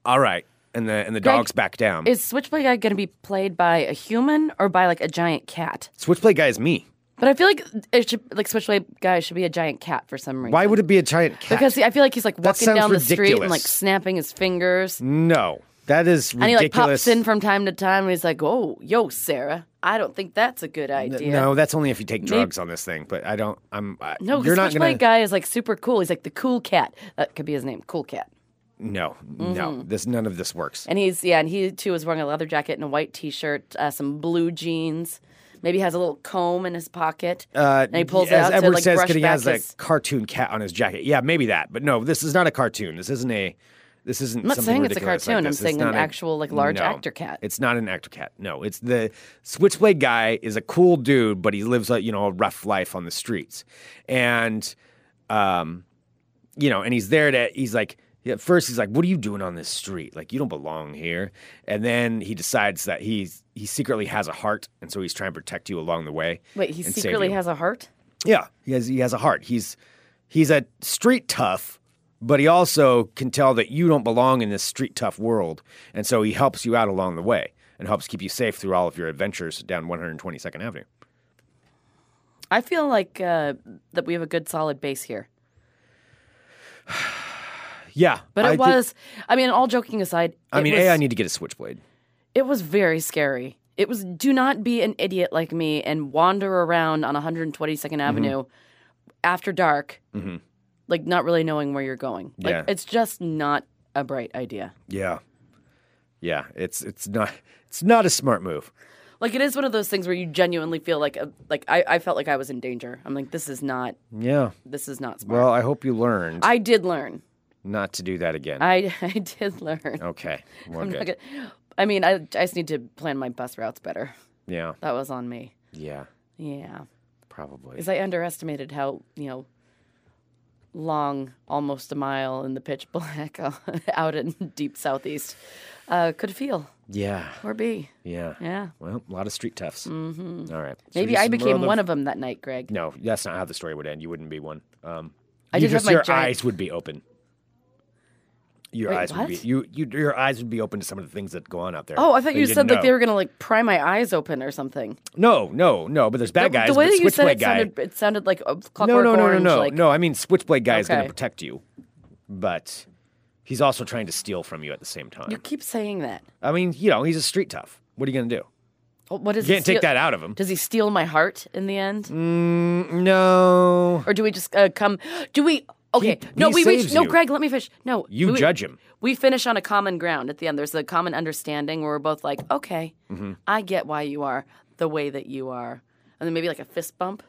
F: all right, and the and the
G: Greg,
F: dogs back down.
G: Is switchblade guy going to be played by a human or by like a giant cat?
F: Switchblade guy is me.
G: But I feel like it should like switchblade guy should be a giant cat for some reason.
F: Why would it be a giant cat?
G: Because he- I feel like he's like walking
F: sounds
G: down the street and
F: ridiculous.
G: like snapping his fingers.
F: No, that is
G: And he like
F: ridiculous.
G: pops in from time to time and he's like, oh, yo, Sarah, I don't think that's a good idea.
F: No, that's only if you take drugs on this thing. But I don't. I'm. I,
G: No,
F: you're not
G: because
F: gonna.
G: Switchblade guy is like super cool. He's like the cool cat. That could be his name, cool cat.
F: No,
G: Mm-hmm.
F: no. This none of this works.
G: And he's, yeah, and he too is wearing a leather jacket and a white t shirt, uh, some blue jeans. Maybe has a little comb in his pocket.
F: Uh,
G: and he pulls it
F: as
G: out
F: Edward
G: to like
F: says,
G: brush
F: 'cause he
G: back
F: has
G: his...
F: a cartoon cat on his jacket. Yeah, maybe that. But no, this is not a cartoon. This isn't a. This isn't.
G: I'm not
F: something
G: saying it's
F: ridiculous
G: a
F: like
G: cartoon. I'm
F: this. It's
G: saying an
F: not a-
G: actual, like, large
F: no.
G: actor cat.
F: It's not an actor cat. No, it's the switchblade guy is a cool dude, but he lives a you know a rough life on the streets, and um, you know, and he's there to, he's like, at first he's like, what are you doing on this street? Like, you don't belong here. And then he decides that he's, he secretly has a heart. And so he's trying to protect you along the way.
G: Wait, he
F: and save
G: secretly
F: you.
G: has a heart?
F: Yeah. He has, he has a heart. He's, he's a street tough, but he also can tell that you don't belong in this street tough world. And so he helps you out along the way and helps keep you safe through all of your adventures down 122nd Avenue.
G: I feel like uh, that we have a good solid base here.
F: Yeah.
G: But it
F: I thi-
G: was, I mean, all joking aside,
F: I
G: it
F: mean,
G: was,
F: A, I need to get a switchblade.
G: It was very scary. It was do not be an idiot like me and wander around on 122nd
F: Mm-hmm.
G: Avenue after dark, like not really knowing where you're going. Like
F: Yeah.
G: it's just not a bright idea.
F: Yeah. Yeah, it's it's not it's not a smart move.
G: Like it is one of those things where you genuinely feel like a, like I, I felt like I was in danger. I'm like this is not
F: Yeah.
G: this is not smart.
F: Well, I hope you learned
G: I did learn.
F: not to do that again.
G: I I did learn.
F: okay. Well,
G: I'm not
F: good.
G: gonna- I mean, I, I just need to plan my bus routes better.
F: Yeah.
G: That was on me.
F: Yeah.
G: Yeah.
F: Probably.
G: Because I underestimated how, you know, long, almost a mile in the pitch black out in deep southeast uh, could feel
F: Yeah.
G: or be.
F: Yeah.
G: Yeah.
F: Well, a lot of street toughs. Mm-hmm. right. So
G: Maybe
F: you
G: I
F: some
G: became
F: world
G: one of them that night, Greg.
F: No, that's not how the story would end. You wouldn't be one. Um,
G: I
F: you
G: did have
F: just
G: my
F: your
G: giant-
F: eyes would be open. Your
G: Wait,
F: eyes would
G: what?
F: be you, you your eyes would be open to some of the things that go on out there.
G: Oh, I thought
F: that
G: you,
F: didn't
G: said like they
F: know.
G: were gonna like pry my eyes open or something.
F: No, no, no. But there's bad guys.
G: the way
F: but
G: that you said
F: Switchblade
G: it
F: guy.
G: sounded it sounded like a
F: no,
G: clockwork
F: no, no, no,
G: orange.
F: no,
G: like,
F: no. I mean, Switchblade guy is going to
G: Okay.
F: protect you, but he's also trying to steal from you at the same time.
G: You keep saying that.
F: I mean, you know, he's a street tough. What are you going to do?
G: Well, What does
F: You
G: he
F: can't take
G: steal-
F: that out Mm. of him.
G: Does he steal my heart in the end,
F: No,
G: or do we just uh, come? Do we? Okay,
F: He-
G: no,
F: he
G: we reach.
F: saves
G: No,
F: you.
G: Greg, let me finish. No,
F: you
G: we,
F: judge him.
G: We finish on a common ground at the end. There's a common understanding where we're both like, okay,
F: Mm-hmm.
G: I get why you are the way that you are, and then maybe like a fist bump,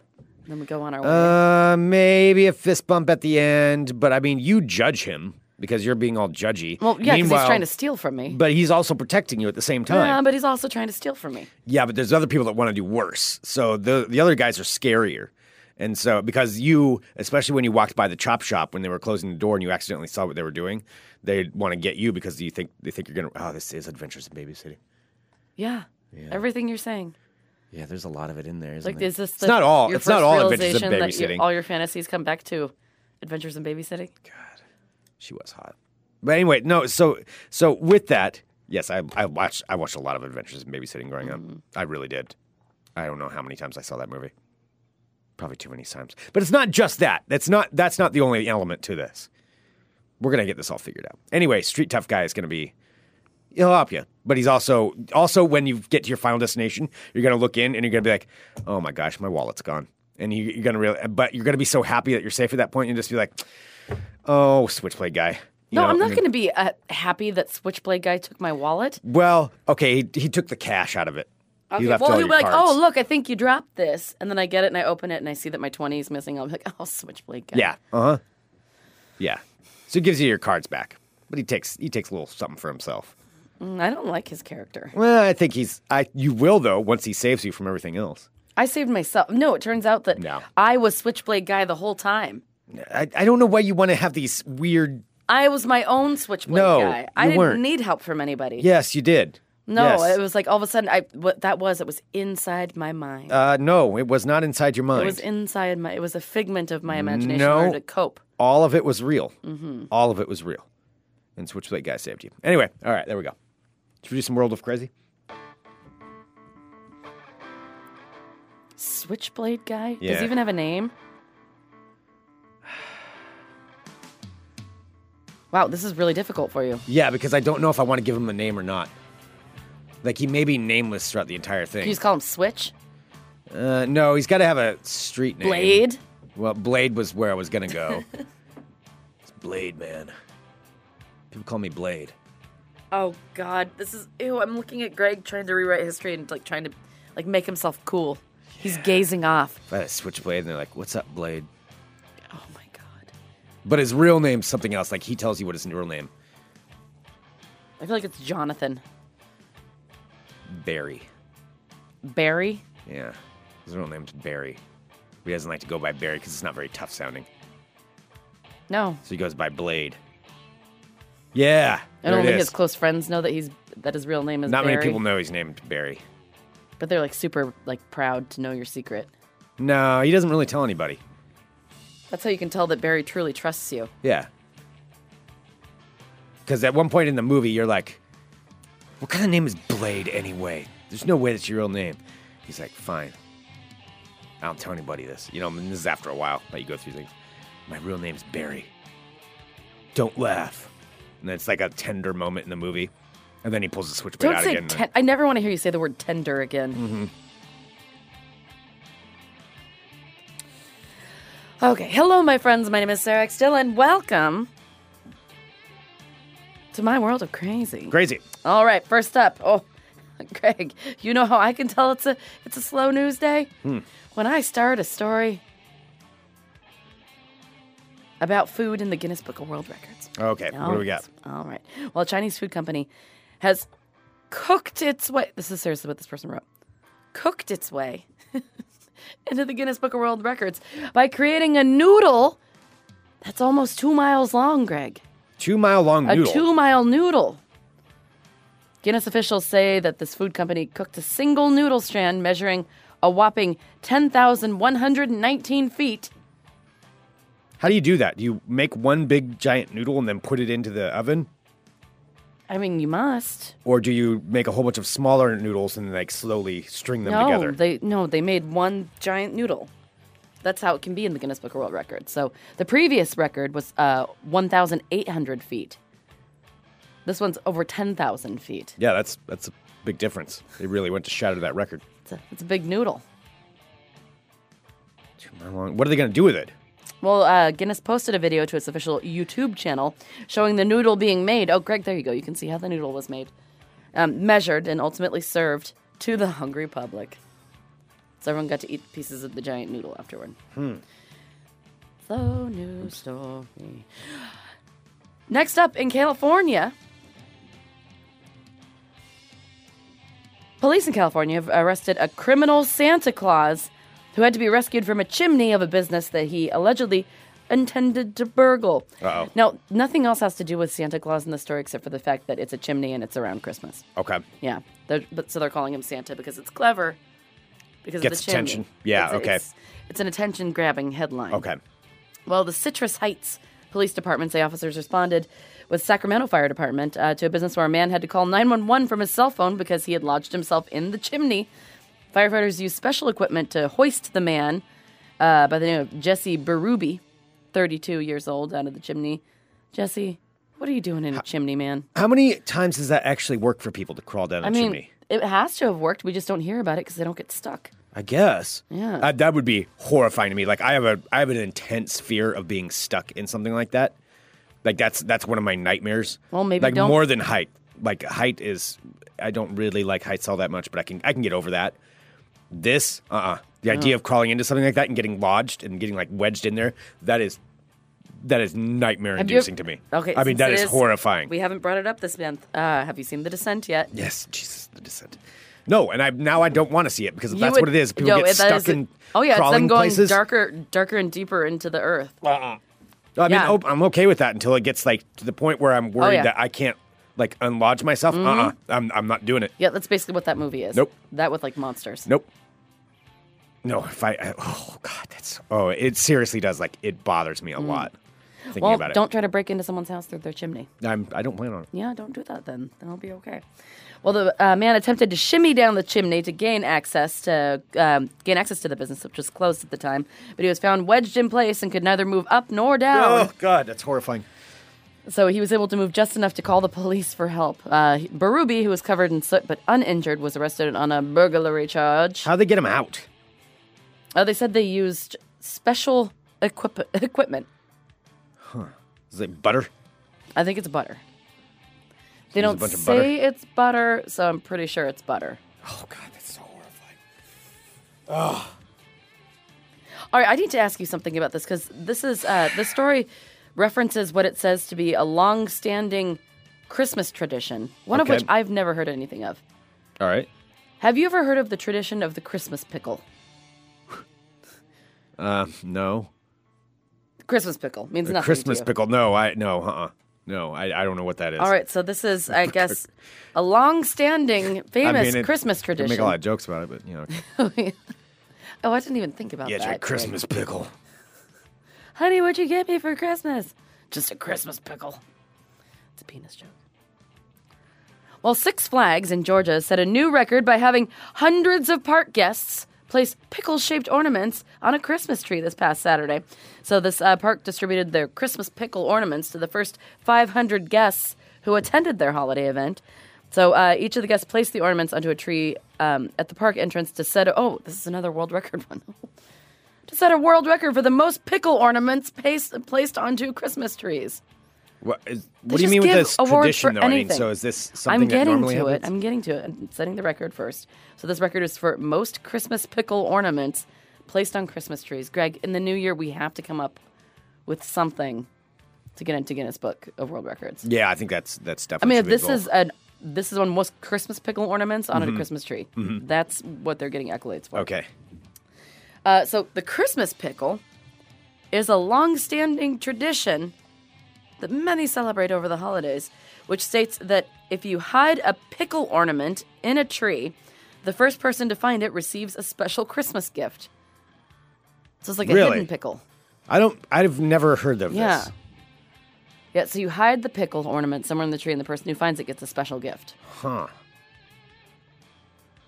G: and then we go on our way.
F: Uh, maybe a fist bump at the end, but I mean, you judge him because you're being all judgy.
G: well, yeah, because he's
F: Meanwhile-
G: trying to steal from me.
F: But he's also protecting you at the same time.
G: Yeah, but he's also trying to steal from me.
F: Yeah, but there's other people that want to do worse. So the the other guys are scarier. And so because you especially when you walked by the chop shop when they were closing the door and you accidentally saw what they were doing, they want to get you because you think they think you're going to oh this is adventures in baby city.
G: Yeah, everything you're saying.
F: Yeah, there's a lot of it in there, isn't
G: Like,
F: there?
G: is this
F: It's not all-
G: your
F: it's not
G: first
F: all Adventures in
G: realization that you-
F: Babysitting.
G: all your fantasies come back to Adventures in Babysitting.
F: She was hot. But anyway, no. So so with that, yes, I I watched I watched a lot of Adventures in Babysitting growing up. I really did. I don't know how many times I saw that movie. Probably too many times. But it's not just that. That's not that's not the only element to this. We're gonna get this all figured out. Anyway, Street Tough Guy is gonna be he'll help you. But he's also also when you get to your final destination, you're gonna look in and you're gonna be like, oh my gosh, my wallet's gone. And you, you're gonna real, but you're gonna be so happy that you're safe at that point, and just be like, "Oh, switchblade guy." You
G: No,
F: know,
G: I'm
F: and
G: not
F: then-
G: going to be uh, happy that Switchblade guy took my wallet.
F: Well, okay, he, he took the cash out of it.
G: Okay,
F: he left
G: well,
F: all your
G: he'll be like,
F: cards.
G: "Oh, look, I think you dropped this," and then I get it and I open it and I see that my 20 is missing. I'm like, "Oh, Switchblade guy."
F: Yeah. Uh huh. Yeah. So he gives you your cards back, but he takes he takes a little something for himself.
G: Mm, I don't like his character.
F: Well, I think he's I you will though once he saves you from everything else.
G: I saved myself. No, it turns out that
F: No.
G: I was Switchblade guy the whole time.
F: I, I don't know why you want to have these weird.
G: I was my own Switchblade
F: No,
G: guy. I
F: you
G: didn't
F: weren't.
G: need help from anybody.
F: Yes, you did.
G: No,
F: Yes.
G: it was like all of a sudden, I what that was. It was inside my mind.
F: Uh, no, it was not inside your mind.
G: it was inside my. It was a figment of my imagination
F: No.
G: in order to cope.
F: All of it was real.
G: Mm-hmm.
F: All of it was real. And Switchblade guy saved you. Anyway, all right, there we go. Should we do some World of Crazy?
G: Switchblade guy? Does
F: Yeah.
G: he even have a name? Wow, this is really difficult for you.
F: Yeah, because I don't know if I want to give him a name or not. Like he may be nameless throughout the entire
G: Can
F: thing.
G: you just call him Switch?
F: uh, no, he's got to have a street name.
G: Blade?
F: Well, Blade was where I was gonna go. it's Blade, man. People call me Blade.
G: Oh god, this is ew, I'm looking at Greg trying to rewrite history and like trying to like make himself cool. He's gazing off.
F: If I had a switchblade, and they're like, "What's up, Blade?"
G: Oh my god.
F: But his real name's something else. Like he tells you what his real name.
G: I feel like it's Jonathan.
F: Barry.
G: Barry?
F: Yeah. His real name's Barry. But he doesn't like to go by Barry because it's not very tough sounding.
G: No.
F: So he goes by Blade. Yeah.
G: And
F: there it
G: only
F: is.
G: his close friends know that he's that his real name is
F: Not
G: Barry.
F: many people know he's named Barry.
G: But they're like super like proud to know your secret.
F: No, he doesn't really tell anybody.
G: That's how you can tell that Barry truly trusts you.
F: Yeah. Because at one point in the movie, you're like, what kind of name is Blade anyway? There's no way that's your real name. He's like, fine. I don't tell anybody this. You know, and this is after a while that you go through things. My real name's Barry. Don't laugh. And it's like a tender moment in the movie. And then he pulls the switchblade
G: Don't
F: out
G: say
F: again.
G: ten- I never want to hear you say the word tender again. Okay, hello, my friends. My name is Sarah X. Dillon. Welcome to my world of crazy.
F: Crazy.
G: All right, first up. Oh, Greg, you know how I can tell it's a it's a slow news day
F: Hmm.
G: when I start a story about food in the Guinness Book of World Records.
F: Okay, what do we got?
G: All right. Well, a Chinese food company has cooked its way. This is seriously what this person wrote. Cooked its way into the Guinness Book of World Records by creating a noodle that's almost two miles long, Greg.
F: Two mile long noodle.
G: A two mile noodle. Guinness officials say that this food company cooked a single noodle strand measuring a whopping 10,119 feet.
F: How do you do that? Do you make one big giant noodle and then put it into the oven?
G: I mean, you must.
F: Or do you make a whole bunch of smaller noodles and like slowly string them
G: no,
F: together?
G: they no, they made one giant noodle. That's how it can be in the Guinness Book of World Records. So the previous record was uh, 1,800 feet. This one's over 10,000 feet.
F: yeah, that's that's a big difference. They really went to shatter that record.
G: It's a, it's a big noodle.
F: How long- What are they going to do with it?
G: Well, uh, Guinness posted a video to its official YouTube channel showing the noodle being made. Oh, Greg, there you go. You can see how the noodle was made, um, measured, and ultimately served to the hungry public. So everyone got to eat pieces of the giant noodle afterward. Hmm. So new story. Next up in California. Police in California have arrested a criminal Santa Claus who had to be rescued from a chimney of a business that he allegedly intended to burgle.
F: Uh-oh.
G: Now, nothing else has to do with Santa Claus in the story except for the fact that it's a chimney and it's around Christmas.
F: Okay.
G: Yeah. They're, but so they're calling him Santa because it's clever. Because
F: Gets
G: of the chimney.
F: attention. Yeah,
G: It's-
F: okay.
G: It's, it's an attention grabbing headline.
F: Okay.
G: Well, the Citrus Heights Police Department say officers responded with Sacramento Fire Department uh, to a business where a man had to call 911 from his cell phone because he had lodged himself in the chimney. Firefighters used special equipment to hoist the man uh, by the name of Jesse Berube, 32 years old, out of the chimney. Jesse, what are you doing in a chimney, man?
F: How many times does that actually work for people to crawl down a
G: I mean,
F: chimney?
G: it has to have worked. We just don't hear about it because they don't get stuck.
F: I guess.
G: Yeah.
F: Uh, that would be horrifying to me. Like I have a I have an intense fear of being stuck in something like that. Like that's that's one of my nightmares.
G: Well, maybe
F: like
G: don't-
F: more than height. Like height is I don't really like heights all that much, but I can I can get over that. This uh uh the idea of crawling into something like that and getting lodged and getting like wedged in there that is that is nightmare
G: Have you ever-
F: inducing to me.
G: Okay,
F: I mean
G: since
F: that
G: it
F: is, horrifying.
G: We haven't brought it up this month. Uh, have you seen The Descent yet?
F: Yes, Jesus, the descent. No, and I now I don't want to see it because if
G: You
F: that's
G: would-
F: what it is. People
G: yo,
F: get
G: it- that
F: stuck
G: is-
F: in
G: oh yeah, it's
F: crawling
G: them going
F: places.
G: darker, darker and deeper into the earth.
F: Uh-uh. I mean,
G: yeah. Oh,
F: oh, I'm okay with that until it gets like to the point where I'm worried
G: yeah.
F: that
G: Mm-hmm.
F: I can't like unlodge myself. Uh-uh, I'm I'm not doing it.
G: Yeah, that's basically what that movie is.
F: Nope.
G: That with like monsters.
F: Nope. No, if I, I oh god, that's oh it seriously does like it bothers me a lot thinking
G: Mm. Well,
F: about it.
G: don't try to break into someone's house through their chimney.
F: I'm I don't plan on it.
G: Yeah, don't do that then. Then I'll be okay. Well, the uh, man attempted to shimmy down the chimney to gain access to um, gain access to the business, which was closed at the time. But he was found wedged in place and could neither move up nor down.
F: Oh god, that's horrifying.
G: So he was able to move just enough to call the police for help. Uh, Barubi, who was covered in soot but uninjured, was arrested on a burglary charge.
F: How they get him out?
G: Uh, they said they used special equip- equipment.
F: Is it butter?
G: I think it's butter. They
F: Use a
G: don't
F: bunch of
G: say it's butter, so I'm pretty sure it's butter.
F: Oh god, that's so horrifying.
G: All right, I need to ask you something about this because this is uh, this story references what it says to be a long-standing Christmas tradition, one
F: Okay.
G: of which I've never heard anything of.
F: All right.
G: Have you ever heard of the tradition of the Christmas pickle?
F: Uh, no.
G: Christmas pickle means
F: A
G: nothing. to
F: Christmas
G: you.
F: pickle. No, I no, uh-uh. No, I, I don't know what that is.
G: All right, so this is, I guess, a long-standing,
F: I
G: famous
F: mean, it-
G: Christmas
F: we
G: tradition.
F: Make a lot of jokes about it, but you know,
G: oh, I didn't even think about
F: yeah, it's
G: that.
F: your Christmas pickle.
G: Honey, what'd you get me for Christmas? Just a Christmas pickle. It's a penis joke. Well, Six Flags in Georgia set a new record by having hundreds of park guests place pickle shaped ornaments on a Christmas tree this past Saturday. So, this uh, park distributed their Christmas pickle ornaments to the first 500 guests who attended their holiday event. So, uh, each of the guests placed the ornaments onto a tree um, at the park entrance to set. A- oh, this is another world record one. to set a world record for the most pickle ornaments paste- placed onto Christmas trees.
F: What, is, what do you
G: just
F: mean with
G: give
F: this
G: awards
F: tradition,
G: for
F: though? I mean,
G: anything.
F: so is this something
G: I'm
F: that
G: getting
F: normally
G: to it.
F: happens?
G: I'm getting to it. I'm setting the record first. So this record is for most Christmas pickle ornaments placed on Christmas trees. Greg, in the new year, we have to come up with something to get into Guinness Book of World Records.
F: Yeah, I think that's that's
G: I
F: definitely.
G: mean,
F: should
G: if
F: be a
G: this
F: goal. Mm-hmm.
G: is an this is one most Christmas pickle ornaments on a Christmas tree. That's what they're getting accolades for.
F: okay,
G: Uh, so the Christmas pickle is a long-standing tradition that many celebrate over the holidays, which states that if you hide a pickle ornament in a tree, the first person to find it receives a special Christmas gift. So it's like a
F: Really?
G: hidden pickle.
F: I don't. I've never heard of
G: Yeah.
F: this.
G: Yeah, so you hide the pickle ornament somewhere in the tree, and the person who finds it gets a special gift.
F: Huh.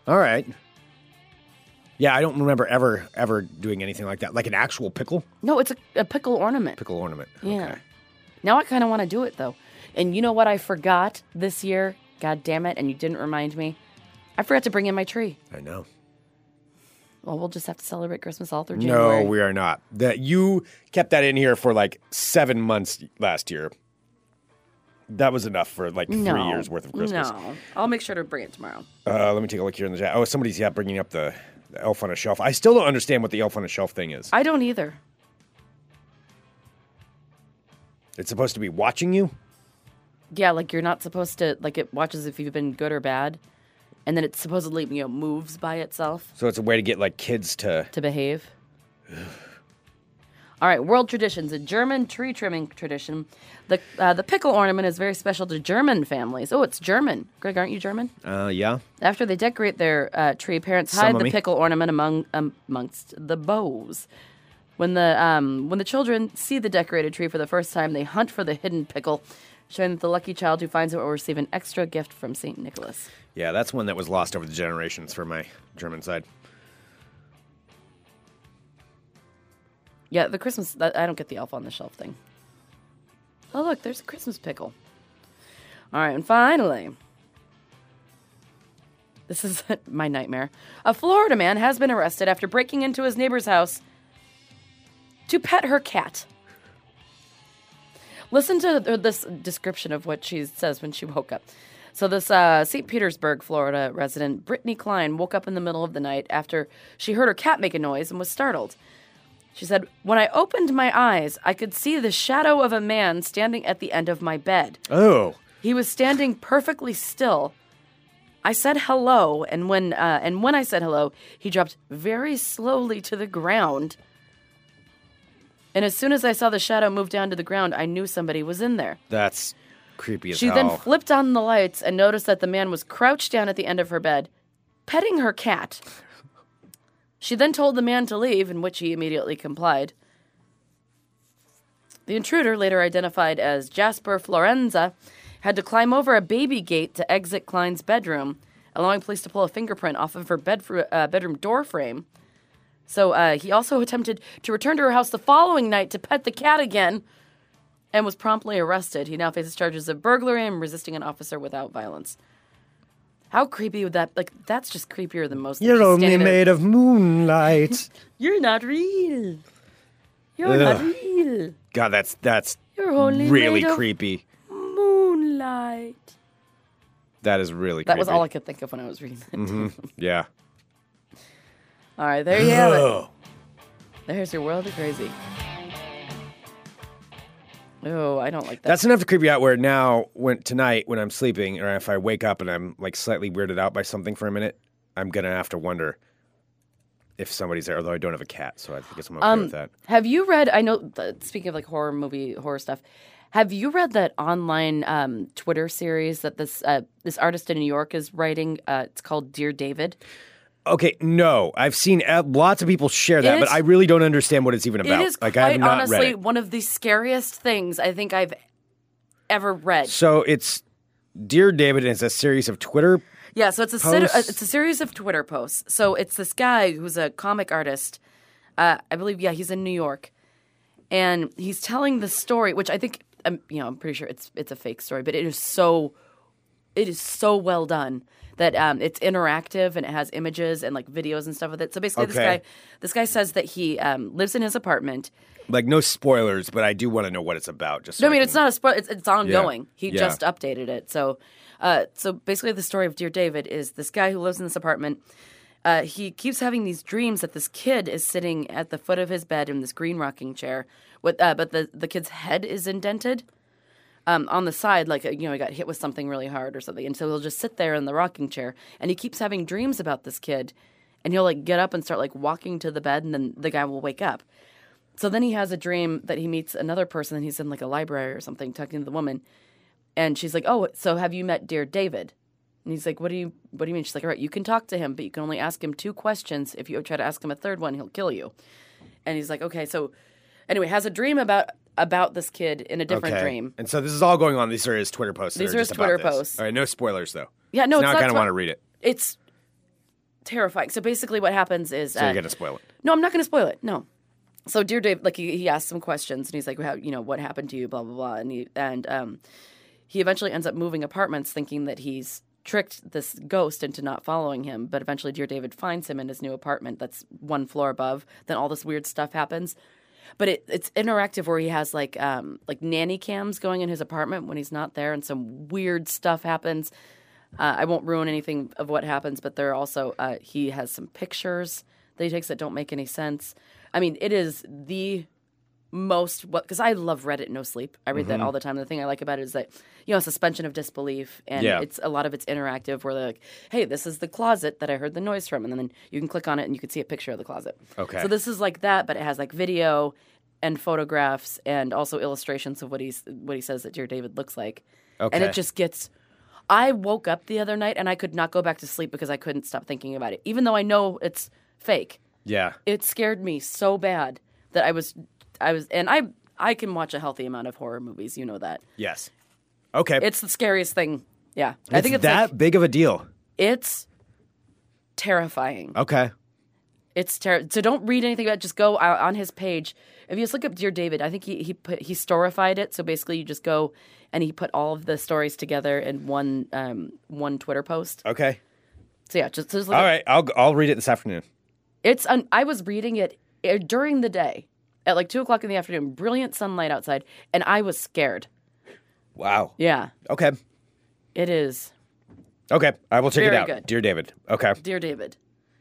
F: All right. Yeah, I don't remember ever ever doing anything like that, like an actual pickle
G: No, it's a, a pickle ornament.
F: pickle ornament.
G: Yeah. Now I kind of want to do it though. And you know what I forgot this year? God damn it. And you didn't remind me. I forgot to bring in my tree.
F: I know.
G: Well, we'll just have to celebrate Christmas all through
F: No,
G: January.
F: we are not. That you kept that in here for like seven months last year. That was enough for like three
G: No.
F: years worth of Christmas.
G: No. I'll make sure to bring it tomorrow.
F: Uh, let me take a look here in the chat. Oh, somebody's yeah bringing up the, the elf on a shelf. I still don't understand what the elf on a shelf thing is.
G: I don't either.
F: it's supposed to be watching you.
G: Yeah, like you're not supposed to, like it watches if you've been good or bad. And then it supposedly, you know, moves by itself
F: So it's a way to get like kids to.
G: to behave. All right, world traditions. A German tree trimming tradition. The, uh, the pickle ornament is very special to German families. Oh, it's German. Greg, aren't you German?
F: Uh, yeah.
G: After they decorate their uh, tree, parents
F: Some
G: hide
F: of
G: the
F: me.
G: pickle ornament among um, amongst the bows. When the um, when the children see the decorated tree for the first time, they hunt for the hidden pickle, showing that the lucky child who finds it will receive an extra gift from Saint Nicholas.
F: Yeah, that's one that was lost over the generations for my German side.
G: Yeah, the Christmas. That, I don't get the elf on the shelf thing. Oh look, there's a Christmas pickle. All right, and finally, this is my nightmare. A Florida man has been arrested after breaking into his neighbor's house to pet her cat. Listen to th- this description of what she says when she woke up. So, this uh, St. Petersburg, Florida resident, Brittany Klein, woke up in the middle of the night after she heard her cat make a noise and was startled. She said, When I opened my eyes, I could see the shadow of a man standing at the end of my bed.
F: Oh,
G: He was standing perfectly still. I said hello, and when uh, and when I said hello, he dropped very slowly to the ground. And as soon as I saw the shadow move down to the ground, I knew somebody was in there.
F: that's creepy as
G: She
F: hell.
G: then flipped on the lights and noticed that the man was crouched down at the end of her bed, petting her cat. She then told the man to leave, in which he immediately complied. The intruder, later identified as Jasper Florenza, had to climb over a baby gate to exit Klein's bedroom, allowing police to pull a fingerprint off of her bed uh, bedroom door frame. So uh, he also attempted to return to her house the following night to pet the cat again and was promptly arrested. He now faces charges of burglary and resisting an officer without violence. How creepy would that like that's just creepier than most
F: You're
G: just
F: only
G: standing there.
F: made of moonlight.
G: You're not real. You're not
F: Ugh.
G: real.
F: God, that's that's
G: You're only
F: really
G: made of
F: creepy.
G: moonlight.
F: That is really
G: That
F: creepy.
G: was all I could think of when I was reading that.
F: Mm-hmm. Yeah.
G: All right, there you have it.
F: Ugh.
G: There's your world of crazy. Oh, I don't like that.
F: That's enough to creep you out. Where now, when tonight, when I'm sleeping, or if I wake up and I'm like slightly weirded out by something for a minute, I'm gonna have to wonder if somebody's there. Although I don't have a cat, so I guess I'm okay
G: Um,
F: with that.
G: Have you read? I know. th- Speaking of like horror movie horror stuff, have you read that online um, Twitter series that this uh, this artist in New York is writing? Uh, it's called Dear David.
F: Okay, no, I've seen uh, lots of people share that, but
G: It's-
F: I really don't understand what it's even about.
G: It is
F: like
G: quite
F: I have not
G: honestly
F: read it.
G: one of the scariest things I think I've ever read.
F: So it's Dear David, and it's a series of Twitter.
G: Yeah, so it's a sit- uh,
F: Posts?
G: it's a series of Twitter posts. So it's this guy who's a comic artist. Uh, I believe, yeah, he's in New York, and he's telling the story, which I think, um, you know, I'm pretty sure it's it's a fake story, but it is so, it is so well done that um, it's interactive and it has images and like videos and stuff with it. So basically, this
F: Okay.
G: guy, this guy says that he um, lives in his apartment.
F: Like no spoilers, but I do want to know what it's about. Just so
G: No, I mean,
F: can-
G: it's not a spoiler. It's, it's ongoing. He
F: Yeah.
G: just updated it. So, uh, so basically, the story of Dear David is this guy who lives in this apartment. Uh, he keeps having these dreams that this kid is sitting at the foot of his bed in this green rocking chair, with uh, but the the kid's head is indented. Um, on the side, like uh, you know, he got hit with something really hard or something, and so he'll just sit there in the rocking chair, and he keeps having dreams about this kid, and he'll like get up and start like walking to the bed, and then the guy will wake up. So then he has a dream that he meets another person and he's in like a library or something talking to the woman. And she's like, "Oh, so have you met dear David?" And he's like, "What do you what do you mean?" She's like, "All right, you can talk to him, but you can only ask him two questions. If you try to ask him a third one, he'll kill you." And he's like, "Okay, so Anyway, has a dream about about this kid in a different
F: Okay.
G: dream.
F: And so this is all going on. These are his Twitter posts. that
G: These
F: are
G: are his
F: just about
G: Twitter
F: this.
G: posts.
F: All right, no spoilers though.
G: Yeah, no,
F: So now
G: it's
F: I
G: not
F: kind of
G: spo-
F: want to read it.
G: It's terrifying. So basically, what happens is
F: So
G: uh,
F: you're gonna spoil it.
G: No, I'm not going to spoil it. No. So, dear Dave, like he, he asked some questions, and he's like, "How you know what happened to you?" Blah blah blah, and he and um, he eventually ends up moving apartments, thinking that he's tricked this ghost into not following him. But eventually, dear David finds him in his new apartment that's one floor above. Then all this weird stuff happens, but it, it's interactive where he has like um, like nanny cams going in his apartment when he's not there, and some weird stuff happens. Uh, I won't ruin anything of what happens, but there are also uh, he has some pictures that he takes that don't make any sense. I mean, it is the most what because I love Reddit No Sleep. I
F: Mm-hmm.
G: read that all the time. The thing I like about it is that you know suspension of disbelief, and
F: Yeah.
G: it's a lot of it's interactive where they're like, "Hey, this is the closet that I heard the noise from," and then you can click on it and you can see a picture of the closet.
F: Okay.
G: So this is like that, but it has like video and photographs and also illustrations of what he's what he says that Dear David looks like. And
F: Okay.
G: it just gets I woke up the other night and I could not go back to sleep because I couldn't stop thinking about it. Even though I know it's fake.
F: Yeah.
G: It scared me so bad that I was I was and I I can watch a healthy amount of horror movies, you know that.
F: Yes. Okay.
G: It's the scariest thing. Yeah. I think it's
F: that
G: like,
F: big of a deal.
G: it's terrifying.
F: Okay.
G: It's terrible. So don't read anything about. it. Just go out on his page. If you just look up Dear David, I think he he put he storified it. So basically, you just go and he put all of the stories together in one um one Twitter post.
F: Okay.
G: So yeah, just, just look
F: All
G: up-
F: right. I'll I'll read it this afternoon.
G: It's un- I was reading it uh, during the day at like two o'clock in the afternoon. Brilliant sunlight outside, and I was scared.
F: Wow.
G: Yeah,
F: Okay.
G: it is
F: Okay. I will check it
G: Very
F: out.
G: good.
F: Dear David. Okay.
G: Dear David,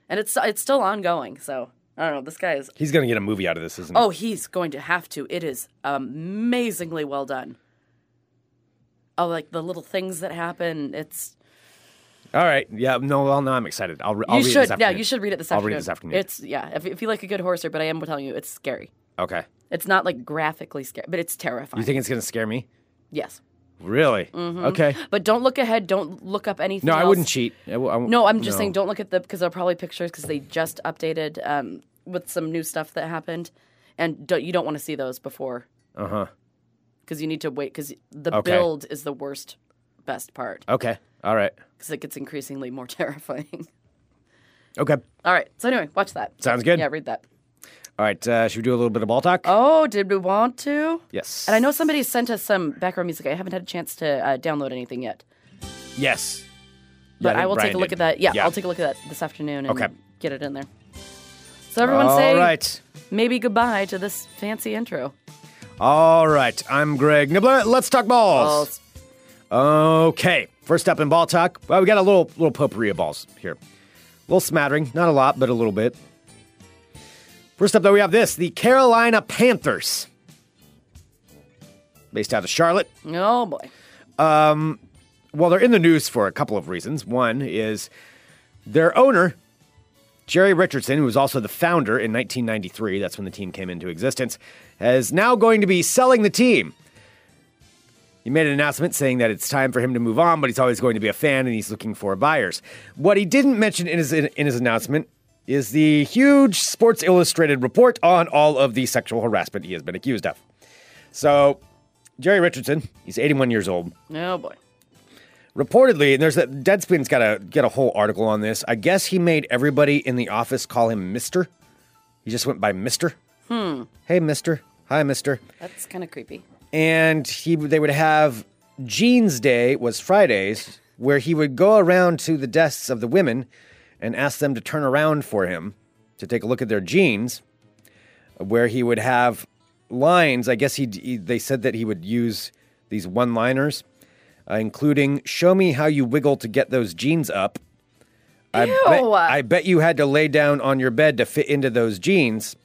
G: and it's it's still ongoing. So I don't know. This guy is.
F: He's gonna get a movie out of this, isn't he?
G: Oh, he's going to have to. It is amazingly well done. Oh, like the little things that happen. It's
F: All right. Yeah. No. Well, no. I'm excited. I'll. Re- I'll
G: you
F: read it
G: should
F: this
G: yeah
F: afternoon.
G: you should read it this
F: I'll
G: afternoon.
F: read it this afternoon.
G: It's yeah if, if you like a good horror story, but I am telling you it's scary.
F: Okay.
G: It's not like graphically scary, but it's terrifying.
F: You think it's gonna scare me?
G: yes,
F: Really? Okay.
G: but don't look ahead. Don't look up anything.
F: No, I
G: Mm-hmm. else.
F: wouldn't cheat. I w- I w-
G: No, I'm just
F: no.
G: saying don't look at the because they're probably pictures because they just updated um, with some new stuff that happened, and don't, you don't want to see those before
F: Uh huh.
G: because you need to wait because the
F: Okay.
G: build is the worst best part.
F: Okay. All right.
G: because it gets increasingly more terrifying.
F: Okay.
G: All right. So anyway, watch that.
F: Sounds good.
G: Yeah, read that.
F: All right. Uh, should we do a little bit of ball talk?
G: Oh, did we want to?
F: Yes.
G: And I know somebody sent us some background music. I haven't had a chance to uh, download anything yet,
F: Yes. Yeah, I
G: but
F: think
G: I will take
F: Brian
G: a look
F: did.
G: at that. Yeah,
F: Yeah.
G: I'll take a look at that this afternoon and
F: Okay.
G: get it in there. So everyone
F: All
G: say
F: right.
G: maybe goodbye to this fancy intro.
F: All right. I'm Greg Nibbler. Let's talk
G: Well,
F: balls. Okay. First up in ball talk. Well, we got a little little potpourri of balls here. A little smattering, not a lot, but a little bit. First up, though, we have this: the Carolina Panthers, based out of Charlotte.
G: oh boy.
F: well, they're in the news for a couple of reasons. One is their owner, Jerry Richardson, who was also the founder in 1993, that's when the team came into existence, is now going to be selling the team. He made an announcement saying that it's time for him to move on, but he's always going to be a fan and he's looking for buyers. What he didn't mention in his, in, his announcement is the huge Sports Illustrated report on all of the sexual harassment he has been accused of. So, Jerry Richardson, he's 81 years old
G: Oh boy.
F: reportedly, and there's that Deadspin's got a get a whole article on this. I guess he made everybody in the office call him Mister. He just went by Mister. Hmm. Hey, Mister. Hi, Mister.
G: That's kind of creepy.
F: And he they would have Jeans Day was Fridays, where he would go around to the desks of the women and ask them to turn around for him to take a look at their jeans. Where he would have lines. I guess he, he they said that he would use these one-liners uh, including "Show me how you wiggle to get those jeans up." I bet,
G: Ew.
F: I bet you had to lay down on your bed to fit into those jeans.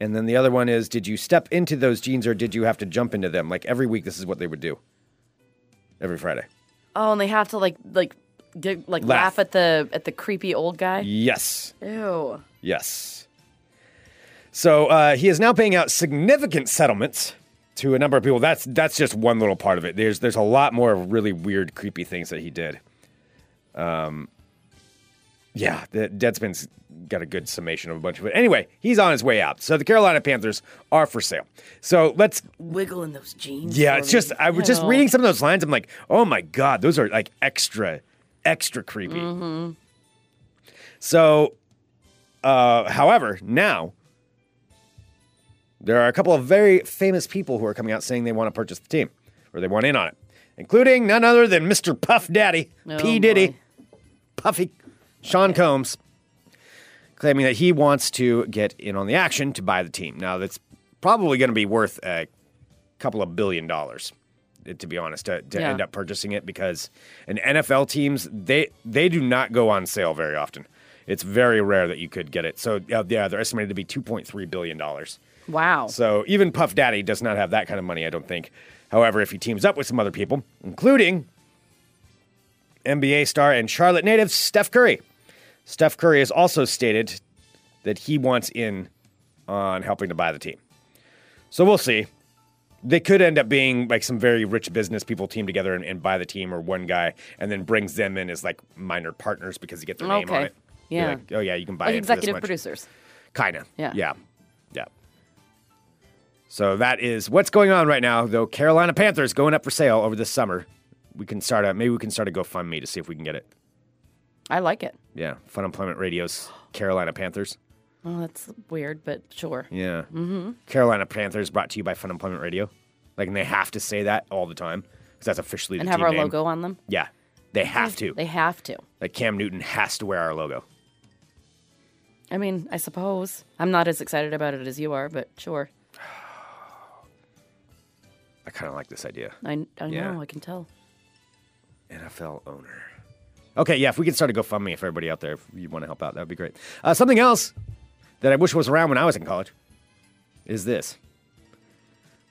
F: And then the other one is, did you step into those jeans or did you have to jump into them? Like every week, this is what they would do. Every Friday.
G: Oh, and they have to like like get, like
F: Laugh.
G: laugh. at the at the creepy old guy.
F: Yes.
G: Ew.
F: Yes. So uh, he is now paying out significant settlements to a number of people. That's that's just one little part of it. There's there's a lot more really weird, creepy things that he did. Um, Yeah, the Deadspin's got a good summation of a bunch of it. Anyway, he's on his way out. So the Carolina Panthers are for sale. So let's
G: Wiggle in those jeans.
F: yeah,
G: for
F: it's
G: me.
F: just I was just
G: Yeah.
F: reading some of those lines. I'm like, oh my god, those are like extra, extra creepy.
G: Mm-hmm.
F: So, uh, however, now there are a couple of very famous people who are coming out saying they want to purchase the team or they want in on it, including none other than Mr. Puff Daddy,
G: Oh,
F: P Diddy,
G: boy.
F: Puffy, Sean Combs, claiming that he wants to get in on the action to buy the team. Now that's probably going to be worth a couple of billion dollars eh, to be honest to, to
G: Yeah.
F: end up purchasing it because and nfl teams they they do not go on sale very often it's very rare that you could get it so uh, yeah they're estimated to be 2.3 billion dollars
G: Wow.
F: so even puff daddy does not have that kind of money i don't think however if he teams up with some other people including nba star and charlotte native steph curry steph curry has also stated that he wants in on helping to buy the team so we'll see they could end up being like some very rich business people team together and, and buy the team or one guy and then brings them in as like minor partners because you get their name on
G: Okay.
F: it. You're
G: Yeah.
F: like, oh yeah, you can buy
G: like
F: it.
G: executive
F: for this
G: producers.
F: Kind of.
G: Yeah.
F: Yeah. Yeah. So that is what's going on right now. Though Carolina Panthers going up for sale over this summer. We can start a maybe we can start a GoFundMe to see if we can get it.
G: I like it.
F: Yeah. Fun Employment Radio's Carolina Panthers.
G: Well, that's weird, but sure.
F: Yeah. Mm-hmm. Carolina Panthers brought to you by Fun Employment Radio. Like, and they have to say that all the time because that's officially the
G: And have
F: team
G: our
F: name.
G: logo on them.
F: Yeah, they have to.
G: They have to.
F: Like Cam Newton has to wear our logo.
G: I mean, I suppose I'm not as excited about it as you are, but sure.
F: I kind of like this idea.
G: I, I
F: Yeah.
G: know. I can tell.
F: NFL owner. Okay, yeah. If we could start a GoFundMe, if everybody out there, if you want to help out, that would be great. Uh, something else that I wish was around when I was in college is this: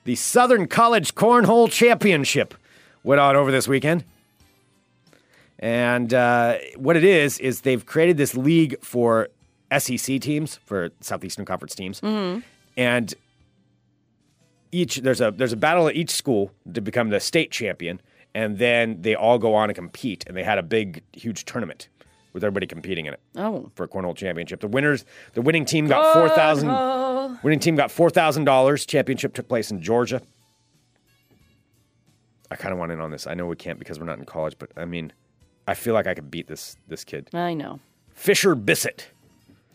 F: the Southern College Cornhole Championship went on over this weekend. And uh, what it is is they've created this league for SEC teams, for Southeastern Conference teams, and each there's a there's a battle at each school to become the state champion, and then they all go on and compete. And they had a big, huge tournament with everybody competing in it
G: Oh,
F: for a cornhole championship. The winners, the winning team got four thousand. Winning team got four thousand dollars. Championship took place in Georgia. I kind of want in on this. I know we can't because we're not in college, but I mean, I feel like I could beat this this kid,
G: I know.
F: Fisher Bissett.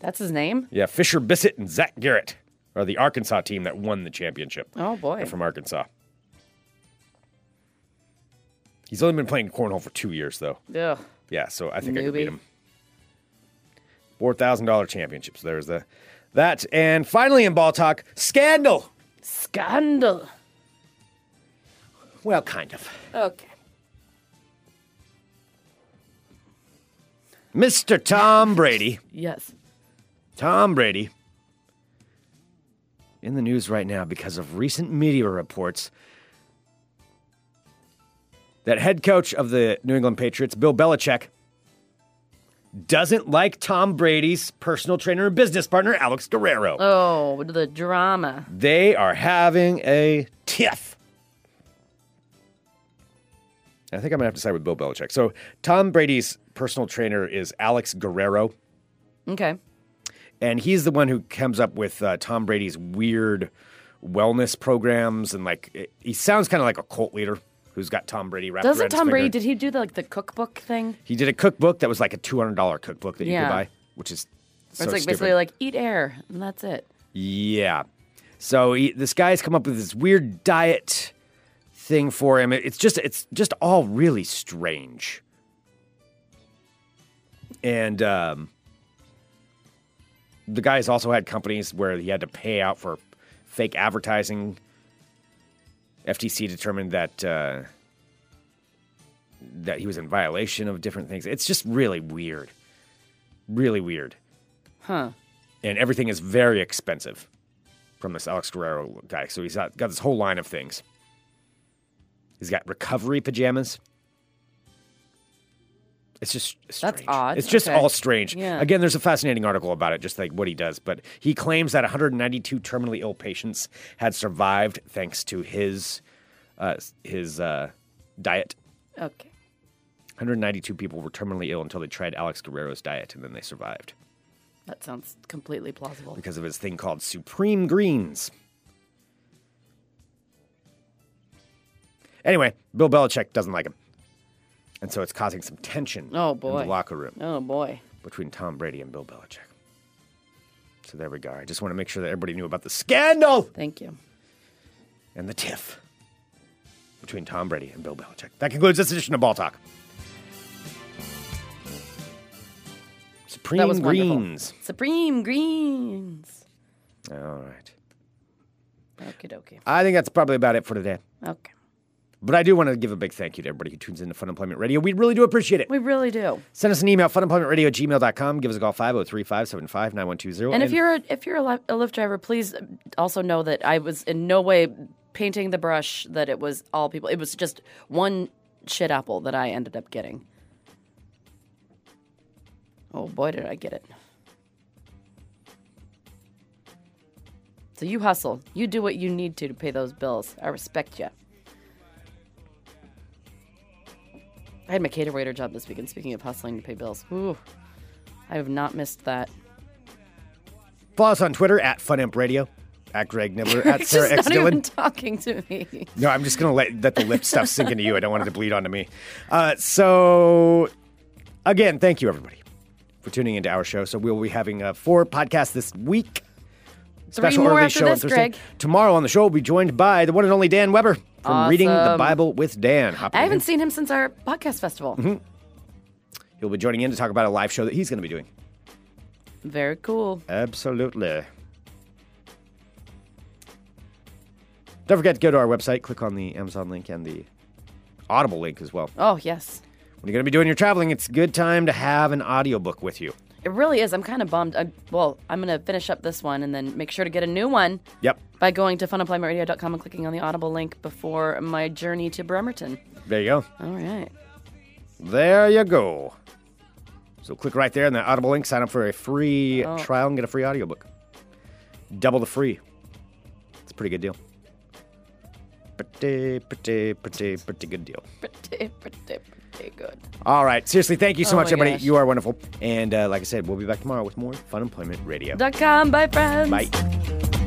G: That's his name.
F: Yeah, Fisher Bissett and Zach Garrett are the Arkansas team that won the championship.
G: Oh boy.
F: They're from Arkansas. He's only been playing cornhole for two years, though.
G: Ugh.
F: Yeah, so I think I could beat
G: Newbie.
F: him. Four thousand dollar championship. So there's the that. And finally, in ball talk, scandal.
G: Scandal.
F: Well, kind of.
G: Okay.
F: Mr. Tom Brady.
G: Yes.
F: Tom Brady. In the news right now because of recent media reports that head coach of the New England Patriots, Bill Belichick, doesn't like Tom Brady's personal trainer and business partner, Alex Guerrero.
G: Oh, the drama.
F: They are having a tiff. I think I'm gonna have to side with Bill Belichick. So Tom Brady's personal trainer is Alex Guerrero,
G: Okay.
F: and he's the one who comes up with uh, Tom Brady's weird wellness programs, and like it- he sounds kind of like a cult leader who's got Tom Brady wrapped around
G: Doesn't
F: his
G: Tom Brady?
F: finger.
G: Did he do the, like the cookbook thing?
F: he did a cookbook that was like a $200 cookbook that you
G: Yeah.
F: could buy, which is so
G: it's like
F: stupid.
G: basically like eat air and that's it.
F: Yeah. So he, this guy's come up with this weird diet thing for him. It- It's just it's just all really strange. And um, the guy's also had companies where he had to pay out for fake advertising. FTC determined that uh, that he was in violation of different things. It's just really weird, really weird
G: Huh.
F: and everything is very expensive from this Alex Guerrero guy. So he's got, got this whole line of things. He's got recovery pajamas. It's just strange.
G: That's odd.
F: It's just
G: Okay.
F: all strange.
G: Yeah.
F: Again, there's a fascinating article about it, just like what he does. But he claims that 192 terminally ill patients had survived thanks to his uh, his uh, diet
G: Okay.
F: 192 people were terminally ill until they tried Alex Guerrero's diet, and then they survived
G: That sounds completely plausible.
F: because of his thing called Supreme Greens. Anyway, Bill Belichick doesn't like him. And so it's causing some tension
G: Oh,
F: in the
G: boy.
F: locker room
G: Oh boy.
F: between Tom Brady and Bill Belichick. So there we go. I just want to make sure that everybody knew about the scandal
G: Thank you.
F: and the tiff between Tom Brady and Bill Belichick. That concludes this edition of Ball Talk. Supreme
G: That was wonderful.
F: Greens.
G: Supreme Greens.
F: All right.
G: Okie dokie.
F: I think that's probably about it for today.
G: Okay.
F: But I do want to give a big thank you to everybody who tunes into Fun Employment Radio. We really do appreciate it.
G: We really do.
F: Send us an email, funemploymentradio gmail.com. Give us a call, 503 575 9120.
G: And if you're a, if you're a, li- a lift driver, please um, also know that I was in no way painting the brush that it was all people. It was just one shit apple that I ended up getting. Oh boy, did I get it! So you hustle, you do what you need to to pay those bills. I respect you. I had my cater job this weekend. Speaking of hustling to pay bills, ooh, I have not missed that.
F: Follow us on Twitter at Funemp Radio, at Greg Nibbler, at Sarah
G: She's
F: X
G: not
F: Dillon.
G: even talking to me.
F: No, I'm just gonna let let the lip stuff sink into you. I don't want it to bleed onto me. Uh, so, again, thank you everybody for tuning into our show. So we'll be having uh, four podcasts this week.
G: Three more after
F: on
G: this,
F: Thursday.
G: Greg.
F: Tomorrow on the show, we'll be joined by the one and only Dan Weber from Reading the
G: Awesome.
F: Bible with Dan. Hop in
G: I haven't
F: here.
G: seen him since our podcast festival.
F: Mm-hmm. He'll be joining in to talk about a live show that he's going to be doing.
G: Very cool.
F: Absolutely. Don't forget to go to our website, click on the Amazon link and the Audible link as well.
G: Oh, yes.
F: When you're going to be doing your traveling, it's a good time to have an audiobook with you.
G: It really is. I'm kind of bummed. I, well, I'm going to finish up this one and then make sure to get a new one
F: Yep.
G: by going to funemploymentradio.com and clicking on the Audible link before my journey to Bremerton.
F: There you go.
G: All right.
F: There you go. So click right there on the Audible link, sign up for a free
G: Oh.
F: trial, and get a free audiobook. Double the free. It's a pretty good deal. Pretty, pretty, pretty, pretty good deal.
G: Pretty, pretty, pretty good.
F: All right. Seriously, thank you so
G: Oh
F: much,
G: my
F: everybody.
G: gosh.
F: You are wonderful. And uh, like I said, we'll be back tomorrow with more Fun Employment Radio.
G: Dot com. Bye, friends.
F: Bye.